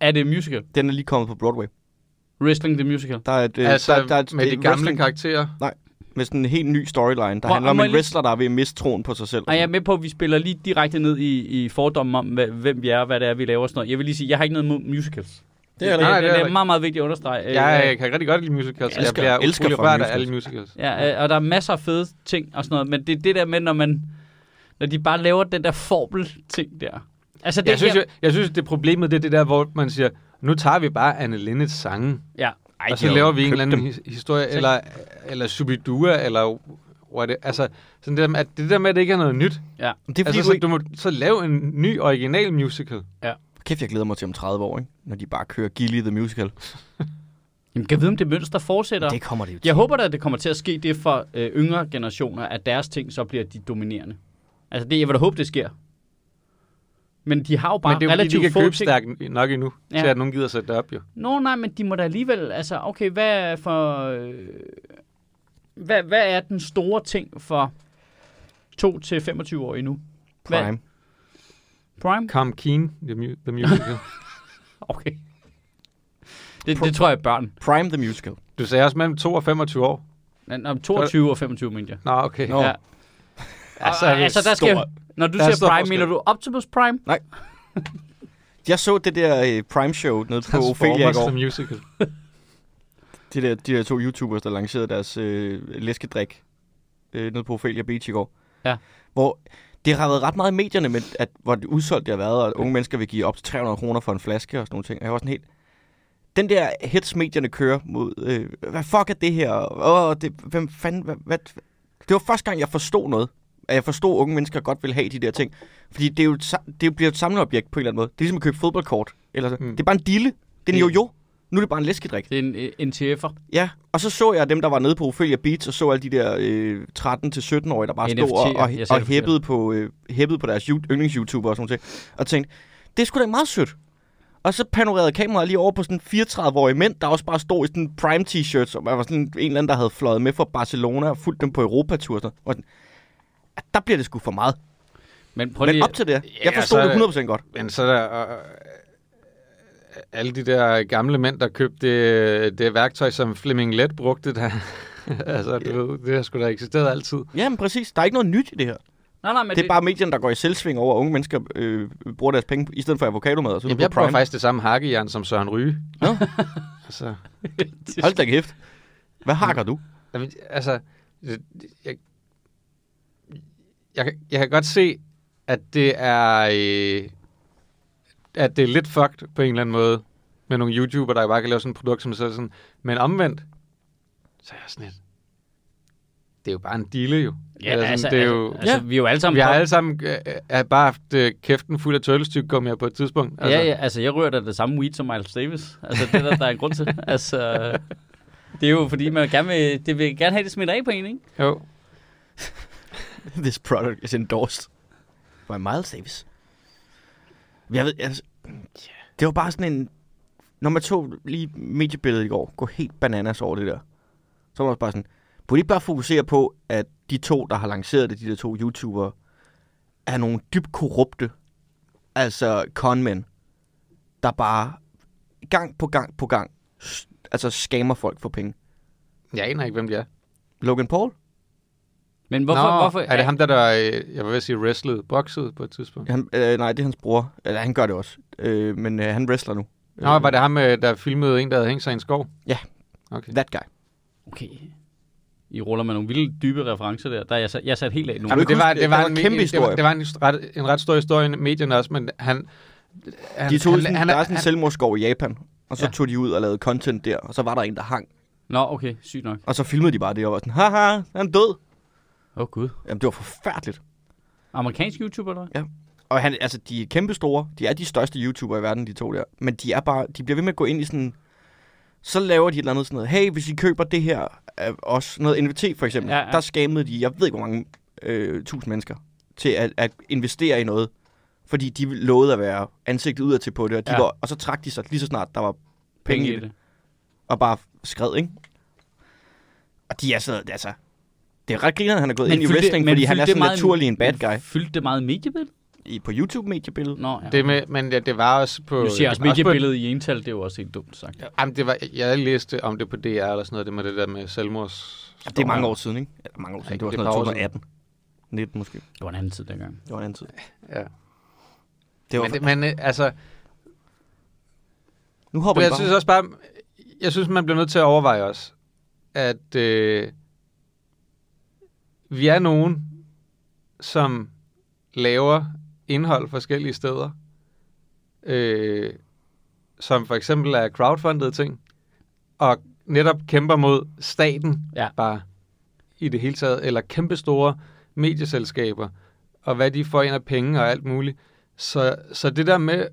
Speaker 1: Er det musical?
Speaker 3: Den er lige kommet på Broadway.
Speaker 1: Wrestling the musical.
Speaker 3: Der er et, øh,
Speaker 2: altså,
Speaker 3: der, der er et,
Speaker 2: med de
Speaker 3: et
Speaker 2: gamle
Speaker 3: wrestling-
Speaker 2: karakterer.
Speaker 3: med sådan en helt ny storyline, der
Speaker 1: Hvor-
Speaker 3: Hvor, handler om
Speaker 1: må
Speaker 3: en
Speaker 1: jeg lige-
Speaker 3: wrestler, der er ved at miste troen på sig selv.
Speaker 1: Og jeg er med på, at vi spiller lige direkte ned i, i fordomme om, hvad, hvem vi er, hvad det er, vi laver og sådan noget. Jeg vil lige sige, jeg har ikke noget mod musicals.
Speaker 3: Det er
Speaker 1: det,
Speaker 2: Nej,
Speaker 1: det,
Speaker 2: det er
Speaker 1: det
Speaker 2: der
Speaker 1: er
Speaker 2: ikke.
Speaker 1: meget, meget vigtigt at understrege. Øh,
Speaker 2: Jeg øh, kan rigtig godt lide musicals. Jeg, jeg
Speaker 3: elsker-
Speaker 2: bliver
Speaker 3: elsker
Speaker 2: utrolig
Speaker 3: for
Speaker 2: rørt af
Speaker 3: musicals.
Speaker 2: alle musicals.
Speaker 1: Ja, øh, og der er masser af fede ting og sådan noget, men det er det der med, når man når de bare laver den der formel-ting der. Altså, det
Speaker 2: Jeg synes,
Speaker 1: her,
Speaker 2: jeg, jeg synes, det problemet det er det der, hvor man siger, nu tager vi bare Anne Lindes sange,
Speaker 1: Ja, Altså,
Speaker 2: Ej, og
Speaker 3: de
Speaker 2: så
Speaker 3: har
Speaker 2: laver
Speaker 3: jo
Speaker 2: vi en
Speaker 3: købt
Speaker 2: eller anden
Speaker 3: dem.
Speaker 2: his- historie, eller, eller Subidua, eller what it, altså, sådan det, der, at det der med, at det ikke er noget nyt.
Speaker 1: ja.
Speaker 3: Det er fordi,
Speaker 2: altså,
Speaker 3: altså, du
Speaker 2: så,
Speaker 3: ikke...
Speaker 2: du må så lave en ny original musical.
Speaker 3: Kæft, jeg glæder mig til om 30 år, ikke? Når de bare kører Gilly the Musical.
Speaker 1: Jamen, kan jeg vide, om det mønster fortsætter?
Speaker 3: Det kommer det jo til.
Speaker 1: Jeg håber da, at det kommer til at ske det for øh, yngre generationer, at deres ting så bliver de dominerende. Altså, det, jeg vil da håbe, det sker. Men de har jo bare
Speaker 2: Men det er jo fordi, de
Speaker 1: relativt
Speaker 2: kan
Speaker 1: få
Speaker 2: købe
Speaker 1: ting.
Speaker 2: stærkt nok endnu, ja.
Speaker 1: Ja.
Speaker 2: til at nogen gider at sætte det op, jo.
Speaker 1: Nå, nej, men de må da alligevel... Altså, okay, hvad er for... Øh, hvad, hvad er den store ting for 2-25 år endnu? Hvad?
Speaker 3: Prime.
Speaker 1: Prime?
Speaker 2: Come Keen, the, mu- the musical.
Speaker 1: Okay. Det, det tror jeg er børn.
Speaker 3: Prime the Musical.
Speaker 2: du sagde også mellem 2 og 25 år.
Speaker 1: Men Om 22 og 25, mener jeg.
Speaker 2: Nå, okay.
Speaker 3: Nå.
Speaker 1: Ja. Altså, altså der skal, når du
Speaker 2: Der er
Speaker 1: siger
Speaker 2: stor
Speaker 1: Prime,
Speaker 2: forskel.
Speaker 1: mener du Optimus Prime?
Speaker 3: Jeg så det der øh, Prime-show nede på Ophelia i
Speaker 2: Transformers the
Speaker 3: går.
Speaker 2: musical.
Speaker 3: De der, de der to YouTubers, der lancerede deres øh, læskedrik øh, nede på Ophelia Beach i går.
Speaker 1: Ja.
Speaker 3: Hvor det har været ret meget i medierne, men at, hvor det udsolgt det har været, og at unge mennesker vil give op til 300 kroner for en flaske og sådan nogle ting. Og jeg var sådan helt... Den der hets medierne kører mod, øh, hvad fuck er det her? Åh, det, hvem fanden, hvad, hvad, Det var første gang, jeg forstod noget. At jeg forstod, at unge mennesker godt vil have de der ting. Fordi det, er jo et, sa- det bliver et samleobjekt på en eller anden måde. Det er ligesom at købe fodboldkort. Eller,
Speaker 2: Mm.
Speaker 3: mm. Det er bare en dille. Det er en
Speaker 1: Mm.
Speaker 3: jojo. Nu er det bare en læskedrik.
Speaker 1: Det er en øh, NTF'er.
Speaker 3: Ja, og så så jeg dem, der var nede på Ophelia Beach, og så alle de der øh, 13-17-årige, der bare stod og,
Speaker 1: NFT'er.
Speaker 3: og,
Speaker 1: Jeg ser
Speaker 3: og
Speaker 1: det
Speaker 3: hæppede, på, øh, hæppede på deres ju- yndlings-YouTuber og sådan noget. Og tænkte, det er sgu da meget sødt. Og så panorerede kameraet lige over på sådan 34-årige mænd, der også bare stod i sådan prime t-shirts, og der var sådan en eller anden, der havde fløjet med fra Barcelona og fulgt dem på Europatur og sådan noget. Og sådan, at der bliver det sgu for meget.
Speaker 1: Men prøv lige...
Speaker 3: Men op til det, jeg
Speaker 2: Ja,
Speaker 3: forstod
Speaker 2: så er
Speaker 3: det
Speaker 2: det-
Speaker 3: 100% godt.
Speaker 2: Men så er der øh, alle de der gamle mænd, der købte det, det værktøj, som Flemming Let brugte der. altså, du ved, det har sgu da eksisteret altid.
Speaker 3: Jamen præcis, der er ikke noget nyt i det her.
Speaker 1: nej, nej, men
Speaker 3: Det er bare medierne, der går i selvsving over, at unge mennesker øh, bruger deres penge i stedet for avocadomad. og så
Speaker 2: Jamen,
Speaker 3: på
Speaker 2: jeg prøver
Speaker 3: Prime.
Speaker 2: faktisk det samme hakkejern som Søren Ryge.
Speaker 3: Nå.
Speaker 2: altså,
Speaker 3: Hold da kæft. Hvad hakker du?
Speaker 2: jamen, altså jeg, jeg, jeg, kan- jeg kan godt se, at det er øh, at det er lidt fucked på en eller anden måde med nogle YouTuber, der bare kan lave sådan et produkt, som så er sådan, men omvendt, så er jeg sådan lidt, det er jo bare en dille jo.
Speaker 1: Ja,
Speaker 2: Eller
Speaker 1: altså,
Speaker 2: sådan,
Speaker 1: altså,
Speaker 2: det er jo,
Speaker 1: altså, vi er jo alle sammen...
Speaker 2: vi har alle sammen øh, er bare haft øh, kæften fuld af tøllestykkummier på et tidspunkt.
Speaker 1: Altså. Ja, ja, altså jeg rører da det samme weed som Miles Davis. Altså det er der, der er en grund til. Altså, det er jo fordi, man gerne vil, det vil gerne have det smidt af på en, ikke?
Speaker 2: Jo.
Speaker 3: This product is endorsed by Miles Davis. Jeg ved, altså, det var bare sådan en... Når man tog lige mediebilledet i går, gå helt bananas over det der. Så var man også bare sådan, burde I ikke bare fokusere på, at de to, der har lanceret det, de der to YouTubere, er nogle dybt korrupte, altså conmen, der bare gang på gang på gang, s- altså skammer folk for penge.
Speaker 2: Jeg aner ikke, hvem det er.
Speaker 3: Logan Paul?
Speaker 1: Men hvorfor...
Speaker 2: Nå,
Speaker 1: hvorfor
Speaker 2: er det ham, der, der øh, jeg var ved at sige, wrestlede, boxede på et tidspunkt?
Speaker 3: Han, øh, nej, det er hans bror. Eller han gør det også. Øh, men øh, han wrestler nu.
Speaker 2: Nå, var det ham, øh, der filmede en, der havde hængt sig i en skov?
Speaker 3: Ja.
Speaker 2: Okay.
Speaker 3: That guy.
Speaker 1: Okay. I ruller med nogle vilde dybe referencer der. der er jeg, sat, jeg er sat helt af nu.
Speaker 3: Jamen,
Speaker 2: Jamen,
Speaker 3: du
Speaker 2: det,
Speaker 3: ikke
Speaker 2: var,
Speaker 3: huske,
Speaker 2: det, var
Speaker 3: der var
Speaker 2: en,
Speaker 3: en
Speaker 2: en-
Speaker 3: kæmpe
Speaker 2: Det var,
Speaker 3: historie.
Speaker 2: det var en, ret, en ret stor historie i medierne også, men han... han
Speaker 3: De tog han, sådan, han, der er sådan en
Speaker 2: han,
Speaker 3: selvmordsskov i Japan, Og så
Speaker 2: Ja.
Speaker 3: ja. tog de ud og lavede content der, og så var der en, der hang.
Speaker 1: Nå, okay, sygt nok.
Speaker 3: Og så filmede de bare det, og var sådan, haha, han er død.
Speaker 1: Åh oh, gud.
Speaker 3: Jamen, det var forfærdeligt.
Speaker 1: Amerikansk YouTuber, eller hvad?
Speaker 3: Og han, altså, de er kæmpe store. De er de største YouTubere i verden, de to der. Men de er bare, de bliver ved med at gå ind i sådan... Så laver de et eller andet sådan noget. Hey, hvis I køber det her af os, noget NFT for eksempel,
Speaker 1: Ja,
Speaker 3: ja,
Speaker 1: ja.
Speaker 3: ja. der skammede de, jeg ved ikke, hvor mange øh, tusind mennesker, til at, at investere i noget. Fordi de lovede at være ansigtet udad til på det, og, de
Speaker 1: Ja.
Speaker 3: ja. var, og så trak de sig lige så snart, der var penge i det. og bare skred, ikke? Og de er så, altså, det er ret griner, han er gået ind i
Speaker 1: fyldte-
Speaker 3: wrestling,
Speaker 1: men
Speaker 3: fordi han
Speaker 1: fyldte
Speaker 3: er
Speaker 1: det
Speaker 3: så
Speaker 1: meget-
Speaker 3: naturlig en bad
Speaker 1: men
Speaker 3: guy
Speaker 1: Fyldte det meget mediebilledet?
Speaker 3: i, på YouTube-mediebilledet.
Speaker 1: Nå, ja.
Speaker 2: Det med, men ja, det var også på...
Speaker 1: Du siger
Speaker 2: det
Speaker 1: også
Speaker 2: var på-
Speaker 1: mediebilledet i ental, det er jo også helt dumt sagt. Ja.
Speaker 2: Jamen, det var, jeg læste om det på DR eller sådan noget, det med det der med selvmords...
Speaker 3: Det er mange år siden, ikke? Eller mange år
Speaker 2: Ja,
Speaker 3: siden, det var
Speaker 2: det
Speaker 3: sådan
Speaker 2: er
Speaker 3: noget
Speaker 2: et par år
Speaker 3: 2018. 19 måske.
Speaker 1: Det var en anden tid dengang.
Speaker 3: Det var en anden tid.
Speaker 2: Ja.
Speaker 3: Det var,
Speaker 2: men, det, men øh, altså,
Speaker 3: nu hopper vi
Speaker 2: jeg
Speaker 3: bare.
Speaker 2: synes også bare, jeg synes, man bliver nødt til at overveje også, at øh, vi er nogen, som laver indhold forskellige steder, øh, som for eksempel er crowdfundede ting, og netop kæmper mod staten
Speaker 1: Ja.
Speaker 2: bare i det hele taget, eller kæmpestore medieselskaber, og hvad de får ind af penge og alt muligt. Så, så det der med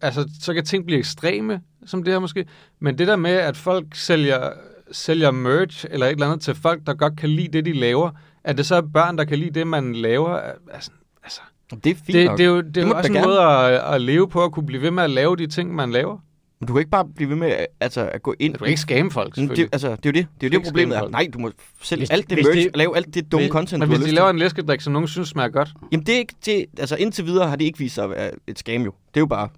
Speaker 2: altså, så kan ting blive ekstreme, som det her måske, men det der med, at folk sælger, sælger merch eller et eller andet til folk, der godt kan lide det, de laver, at det så er børn, der kan lide det, man laver, er- er sådan- altså,
Speaker 3: det er fint
Speaker 2: det,
Speaker 3: nok.
Speaker 2: det, er jo, det er
Speaker 3: Det
Speaker 2: jo
Speaker 3: må
Speaker 2: også
Speaker 3: du
Speaker 2: en
Speaker 3: da
Speaker 2: måde at, at leve på, at kunne blive ved med at lave de ting, man laver.
Speaker 3: Men du kan ikke bare blive ved med altså, at gå ind.
Speaker 2: Du kan ikke skamme folk,
Speaker 3: Men
Speaker 2: selvfølgelig.
Speaker 3: det, altså, det er jo det. Det er
Speaker 2: Du
Speaker 3: jo
Speaker 2: kan
Speaker 3: det, problemet
Speaker 2: ikke
Speaker 3: er. Nej, du må sælge
Speaker 1: Hvis-
Speaker 3: alt det
Speaker 1: hvis
Speaker 3: merch,
Speaker 1: det-
Speaker 3: og lave alt det dumme
Speaker 1: hvis-
Speaker 3: content,
Speaker 2: men
Speaker 3: du har
Speaker 2: hvis de
Speaker 3: lyst
Speaker 2: laver
Speaker 3: til.
Speaker 2: en læskedrik, som nogen synes smager godt,
Speaker 3: Jamen, det er ikke... Det, altså, indtil videre har det ikke vist sig at være et scam, jo. Det er jo bare...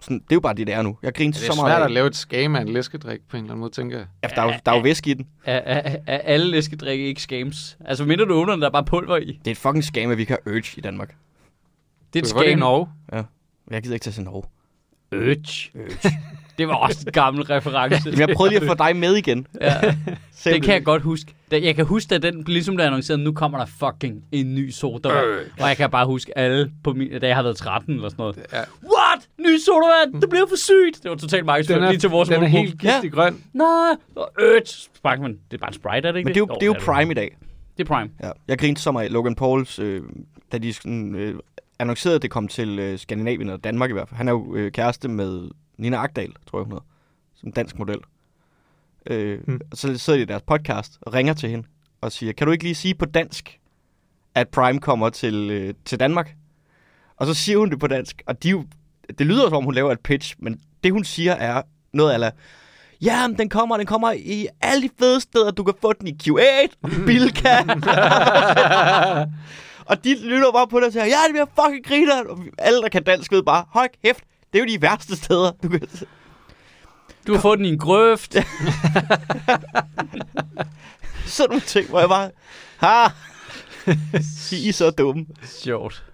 Speaker 3: Sådan, det er jo bare det, det er nu. Jeg griner
Speaker 2: det
Speaker 3: så
Speaker 2: er
Speaker 3: meget
Speaker 2: svært
Speaker 3: af
Speaker 2: at lave et skam af en læskedrik på en eller anden måde, tænker jeg.
Speaker 3: Ja, for der er jo, der er jo væske i den.
Speaker 1: Er, er, er alle læskedrikke ikke scams? Altså, mindre du åbner, den, der er bare pulver i.
Speaker 3: Det er et fucking skam, at vi ikke har Urge i Danmark.
Speaker 1: Det er
Speaker 2: Du
Speaker 1: et
Speaker 2: kan få det i
Speaker 1: scam.
Speaker 2: Norge.
Speaker 3: Jeg gider ikke tage til Norge.
Speaker 1: Øtch. Det var også en gammel reference.
Speaker 3: Jamen, jeg prøvede lige at få dig med igen.
Speaker 1: Ja.
Speaker 3: Simpelthen.
Speaker 1: Det kan jeg godt huske. Da- Jeg kan huske, at den, ligesom blev annonceret, nu kommer der fucking en ny sodavand. Øh. Og jeg kan bare huske alle, på min, da jeg har været 13 eller sådan noget.
Speaker 2: Ja.
Speaker 1: What? Ny sodavand? Det blev for sygt. Det var totalt
Speaker 2: Den
Speaker 1: markedsført
Speaker 2: er,
Speaker 1: lige til vores
Speaker 2: den er
Speaker 1: målgruppe.
Speaker 2: helt giftig grøn.
Speaker 1: Nej, og ødt. Sprang man. Det er bare en Sprite, er det ikke
Speaker 3: Men det er jo,
Speaker 1: Jo,
Speaker 3: det er jo Prime i dag.
Speaker 1: Det er Prime.
Speaker 3: Ja. Jeg grinte så meget af Logan Pauls, øh, da de sådan, øh, annoncerede, at det kom til øh, Skandinavien og Danmark i hvert fald. Han er jo øh, kæreste med Nina Agdal, tror jeg hun hedder, som dansk model. Øh,
Speaker 2: Hmm.
Speaker 3: hmm. Så sidder de i deres podcast og ringer til hende og siger, kan du ikke lige sige på dansk, at Prime kommer til, øh, til Danmark? Og så siger hun det på dansk, og de er jo, det lyder som om, hun laver et pitch, men det hun siger er noget ala, ja, men den kommer, den kommer i alle de fede steder, du kan få den i Q8 og Bilka. og de lytter bare på det og siger, ja, det bliver fucking griner. Og vi- alle, der kan dansk, ved bare, høj kæft, det er jo de værste steder, du kan...
Speaker 1: Du har fået den i en grøft.
Speaker 3: Sådan nogle ting, hvor jeg bare, ha, I er så dumme.
Speaker 1: Sjovt.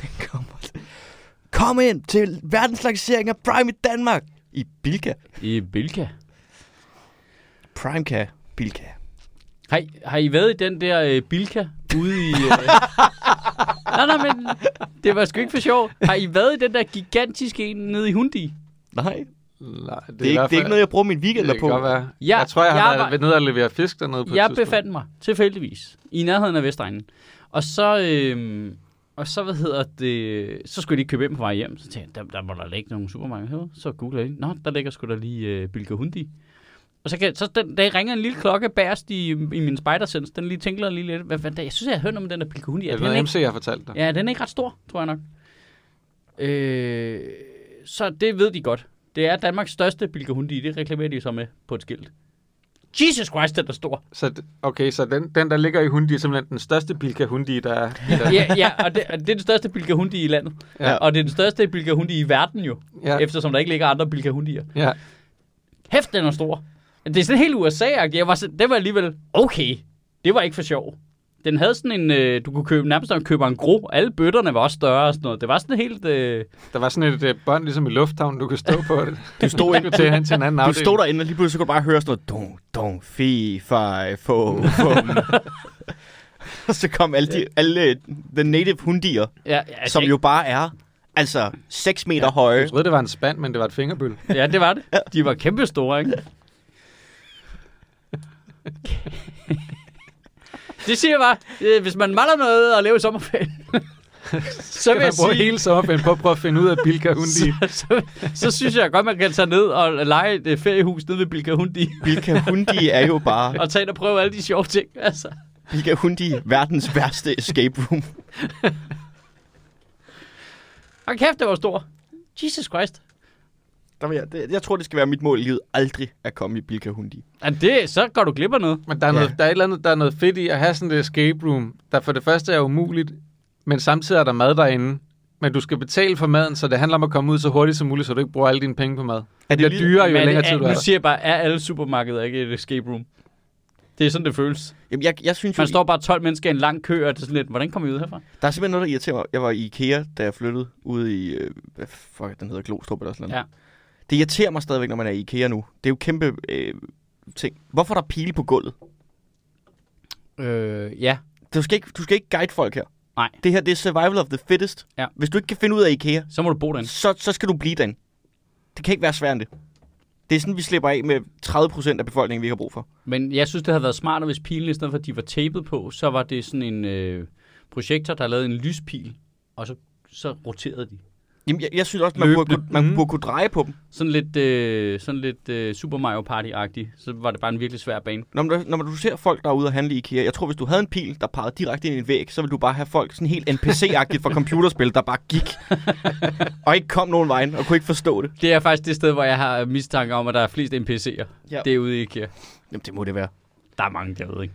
Speaker 3: Den kommer. Kom ind til verdenslancering af Prime i Danmark. I Bilka.
Speaker 1: I Bilka.
Speaker 3: Prime kan Bilka.
Speaker 1: Har I, har I været i den der øh, Bilka ude i... Øh... nej, nej, men det var sgu ikke for sjovt. Har I været i den der gigantiske en nede i Hundi?
Speaker 3: Nej,
Speaker 2: Nej, det,
Speaker 3: det er, ikke, det er ikke noget, jeg bruger min weekend
Speaker 2: det
Speaker 3: på.
Speaker 2: kan godt være.
Speaker 1: Ja,
Speaker 2: jeg tror, jeg har
Speaker 1: jeg
Speaker 2: været nede og levere fisk dernede på et
Speaker 1: Jeg
Speaker 2: tidspunkt.
Speaker 1: befandt mig tilfældigvis i nærheden af Vestegnen. Og så... Øh... Og så, hvad hedder det, så skulle jeg lige købe ind på vej hjem. Så tænkte jeg, der, der må der ligge nogle supermarkeder. Så googlede jeg lige. Nå, der ligger sgu da lige øh, Bilka Hundi. Og så, kan, så den, da jeg ringer en lille klokke bagerst i, i min spidersens, den lige tinkler lige lidt. Hvad, hvad, jeg synes, jeg har hørt om den der Bilka Hundi.
Speaker 2: Er det
Speaker 1: den
Speaker 2: noget,
Speaker 1: ikke-
Speaker 2: MC har fortalt dig?
Speaker 1: Ja, den er ikke ret stor, tror jeg nok. Øh, så det ved de godt. Det er Danmarks største bilkehundi. Det reklamerer de så med på et skilt. Jesus Christ, den er stor.
Speaker 2: Så, d- okay, så den, den, der ligger i Hundi, er simpelthen den største Bilka Hundi, der er. i Danmark.
Speaker 1: Ja, ja og det, og det er den største bilkehundi i landet.
Speaker 2: Ja.
Speaker 1: Ja. Og det er den største bilkehundi i verden jo. Ja.
Speaker 2: ja.
Speaker 1: Eftersom der ikke ligger andre bilkehundier.
Speaker 2: ja.
Speaker 1: Hæft, den er stor. Det er sådan helt USA-agtigt. Jeg var sådan, det var alligevel, okay, det var ikke for sjov. Den havde sådan en, øh, du kunne købe, nærmest når man køber en gro. Alle bøtterne var også større og sådan noget. Det var sådan helt... Øh,
Speaker 2: Der var sådan et uh, bånd, ligesom i lufthavnen, du kunne stå på det.
Speaker 3: Du stod
Speaker 2: Du
Speaker 3: ind,
Speaker 2: kunne til hen til en anden
Speaker 3: du
Speaker 2: afdeling.
Speaker 3: stod derinde, og lige pludselig så kunne du bare høre sådan noget, dong, dong, fi, fi, fo, fum. og så kom alle, de, alle the native hundier,
Speaker 1: ja, ja, altså,
Speaker 3: som jo bare er altså 6 meter ja, høje.
Speaker 2: Jeg troede, det var en spand, men det var et fingerbøl.
Speaker 1: Ja, det var det. De var kæmpe store, ikke? Det siger jeg bare, øh, hvis man maler noget og lever i sommerferien, så
Speaker 2: Kan
Speaker 1: vil jeg
Speaker 2: man bruge
Speaker 1: sige,
Speaker 2: hele sommerferien på at prøve at finde ud af, hvilke hun
Speaker 1: så, så, så, synes jeg godt, man kan tage ned og lege et øh, feriehus nede ved Bilka Hundi,
Speaker 3: Bilka Hundi er jo bare
Speaker 1: og tage ind og prøve alle de sjove ting. Altså.
Speaker 3: Bilka Hundi, verdens værste escape room.
Speaker 1: Og kæft, det var stor. Jesus Christ.
Speaker 3: Der vil jeg, det, jeg tror, det skal være mit mål i livet aldrig at komme i Bilka Hundi.
Speaker 1: Ja, det, så går du glip af noget.
Speaker 2: Men der er,
Speaker 3: Ja.
Speaker 2: noget, der, er et eller andet, der er noget fedt i at have sådan et escape room, der for det første er umuligt, men samtidig er der mad derinde. Men du skal betale for maden, så det handler om at komme ud så hurtigt som muligt, så du ikke bruger alle dine penge på mad.
Speaker 3: Er
Speaker 2: Det bliver dyrere, jo
Speaker 1: Men
Speaker 2: længere
Speaker 1: er-
Speaker 2: tid du er
Speaker 1: nu
Speaker 2: der.
Speaker 1: siger jeg bare, er alle supermarkeder ikke et escape room? Det er sådan, det føles.
Speaker 3: Jamen, jeg, jeg synes jo,
Speaker 1: Man står bare 12 mennesker i en lang kø, og det er sådan lidt, hvordan kommer vi ud herfra?
Speaker 3: der er simpelthen noget, der irriterer mig. Jeg var i IKEA, da jeg flyttede ude i, øh, hvad fuck, den hedder Glostrup eller sådan noget.
Speaker 1: Ja.
Speaker 3: Det irriterer mig stadigvæk, når man er i IKEA nu. Det er jo kæmpe øh, ting. Hvorfor er der pile på gulvet?
Speaker 1: Øh, ja.
Speaker 3: Du skal, ikke, du skal ikke guide folk her.
Speaker 1: Nej.
Speaker 3: Det her, det er survival of the fittest.
Speaker 1: Ja.
Speaker 3: Hvis du ikke kan finde ud af IKEA,
Speaker 1: Så må du bo derinde.
Speaker 3: så, så skal du blive den. Det kan ikke være sværere end det. Det er sådan, vi slipper af med 30% af befolkningen, vi ikke har brug for.
Speaker 1: Men jeg synes, det havde været smartere, hvis pilen, i stedet for at de var tapet på, så var det sådan en øh, projektor, der lavede en lyspil, og så, så roterede de.
Speaker 3: Jamen, jeg, jeg synes også, man, burde,
Speaker 2: Løbende.
Speaker 3: kunne, man
Speaker 1: Mm.
Speaker 2: Mhm.
Speaker 3: burde kunne dreje på dem.
Speaker 1: Sådan lidt, øh, sådan lidt øh, Super Mario Party-agtigt. Så var det bare en virkelig svær bane.
Speaker 3: Når, man- når man- du ser folk, der er ude og handle i IKEA, jeg tror, hvis du havde en pil, der pegede direkte ind i en væg, så ville du bare have folk sådan helt NPC-agtigt fra computerspil, der bare gik og ikke kom nogen vejen og kunne ikke forstå det.
Speaker 1: Det er faktisk det sted, hvor jeg har mistanke om, at der er flest NPC'er.
Speaker 3: Ja.
Speaker 1: Ja. Det er ude i IKEA.
Speaker 3: Jamen, det må det være.
Speaker 1: Der er mange derude, ikke?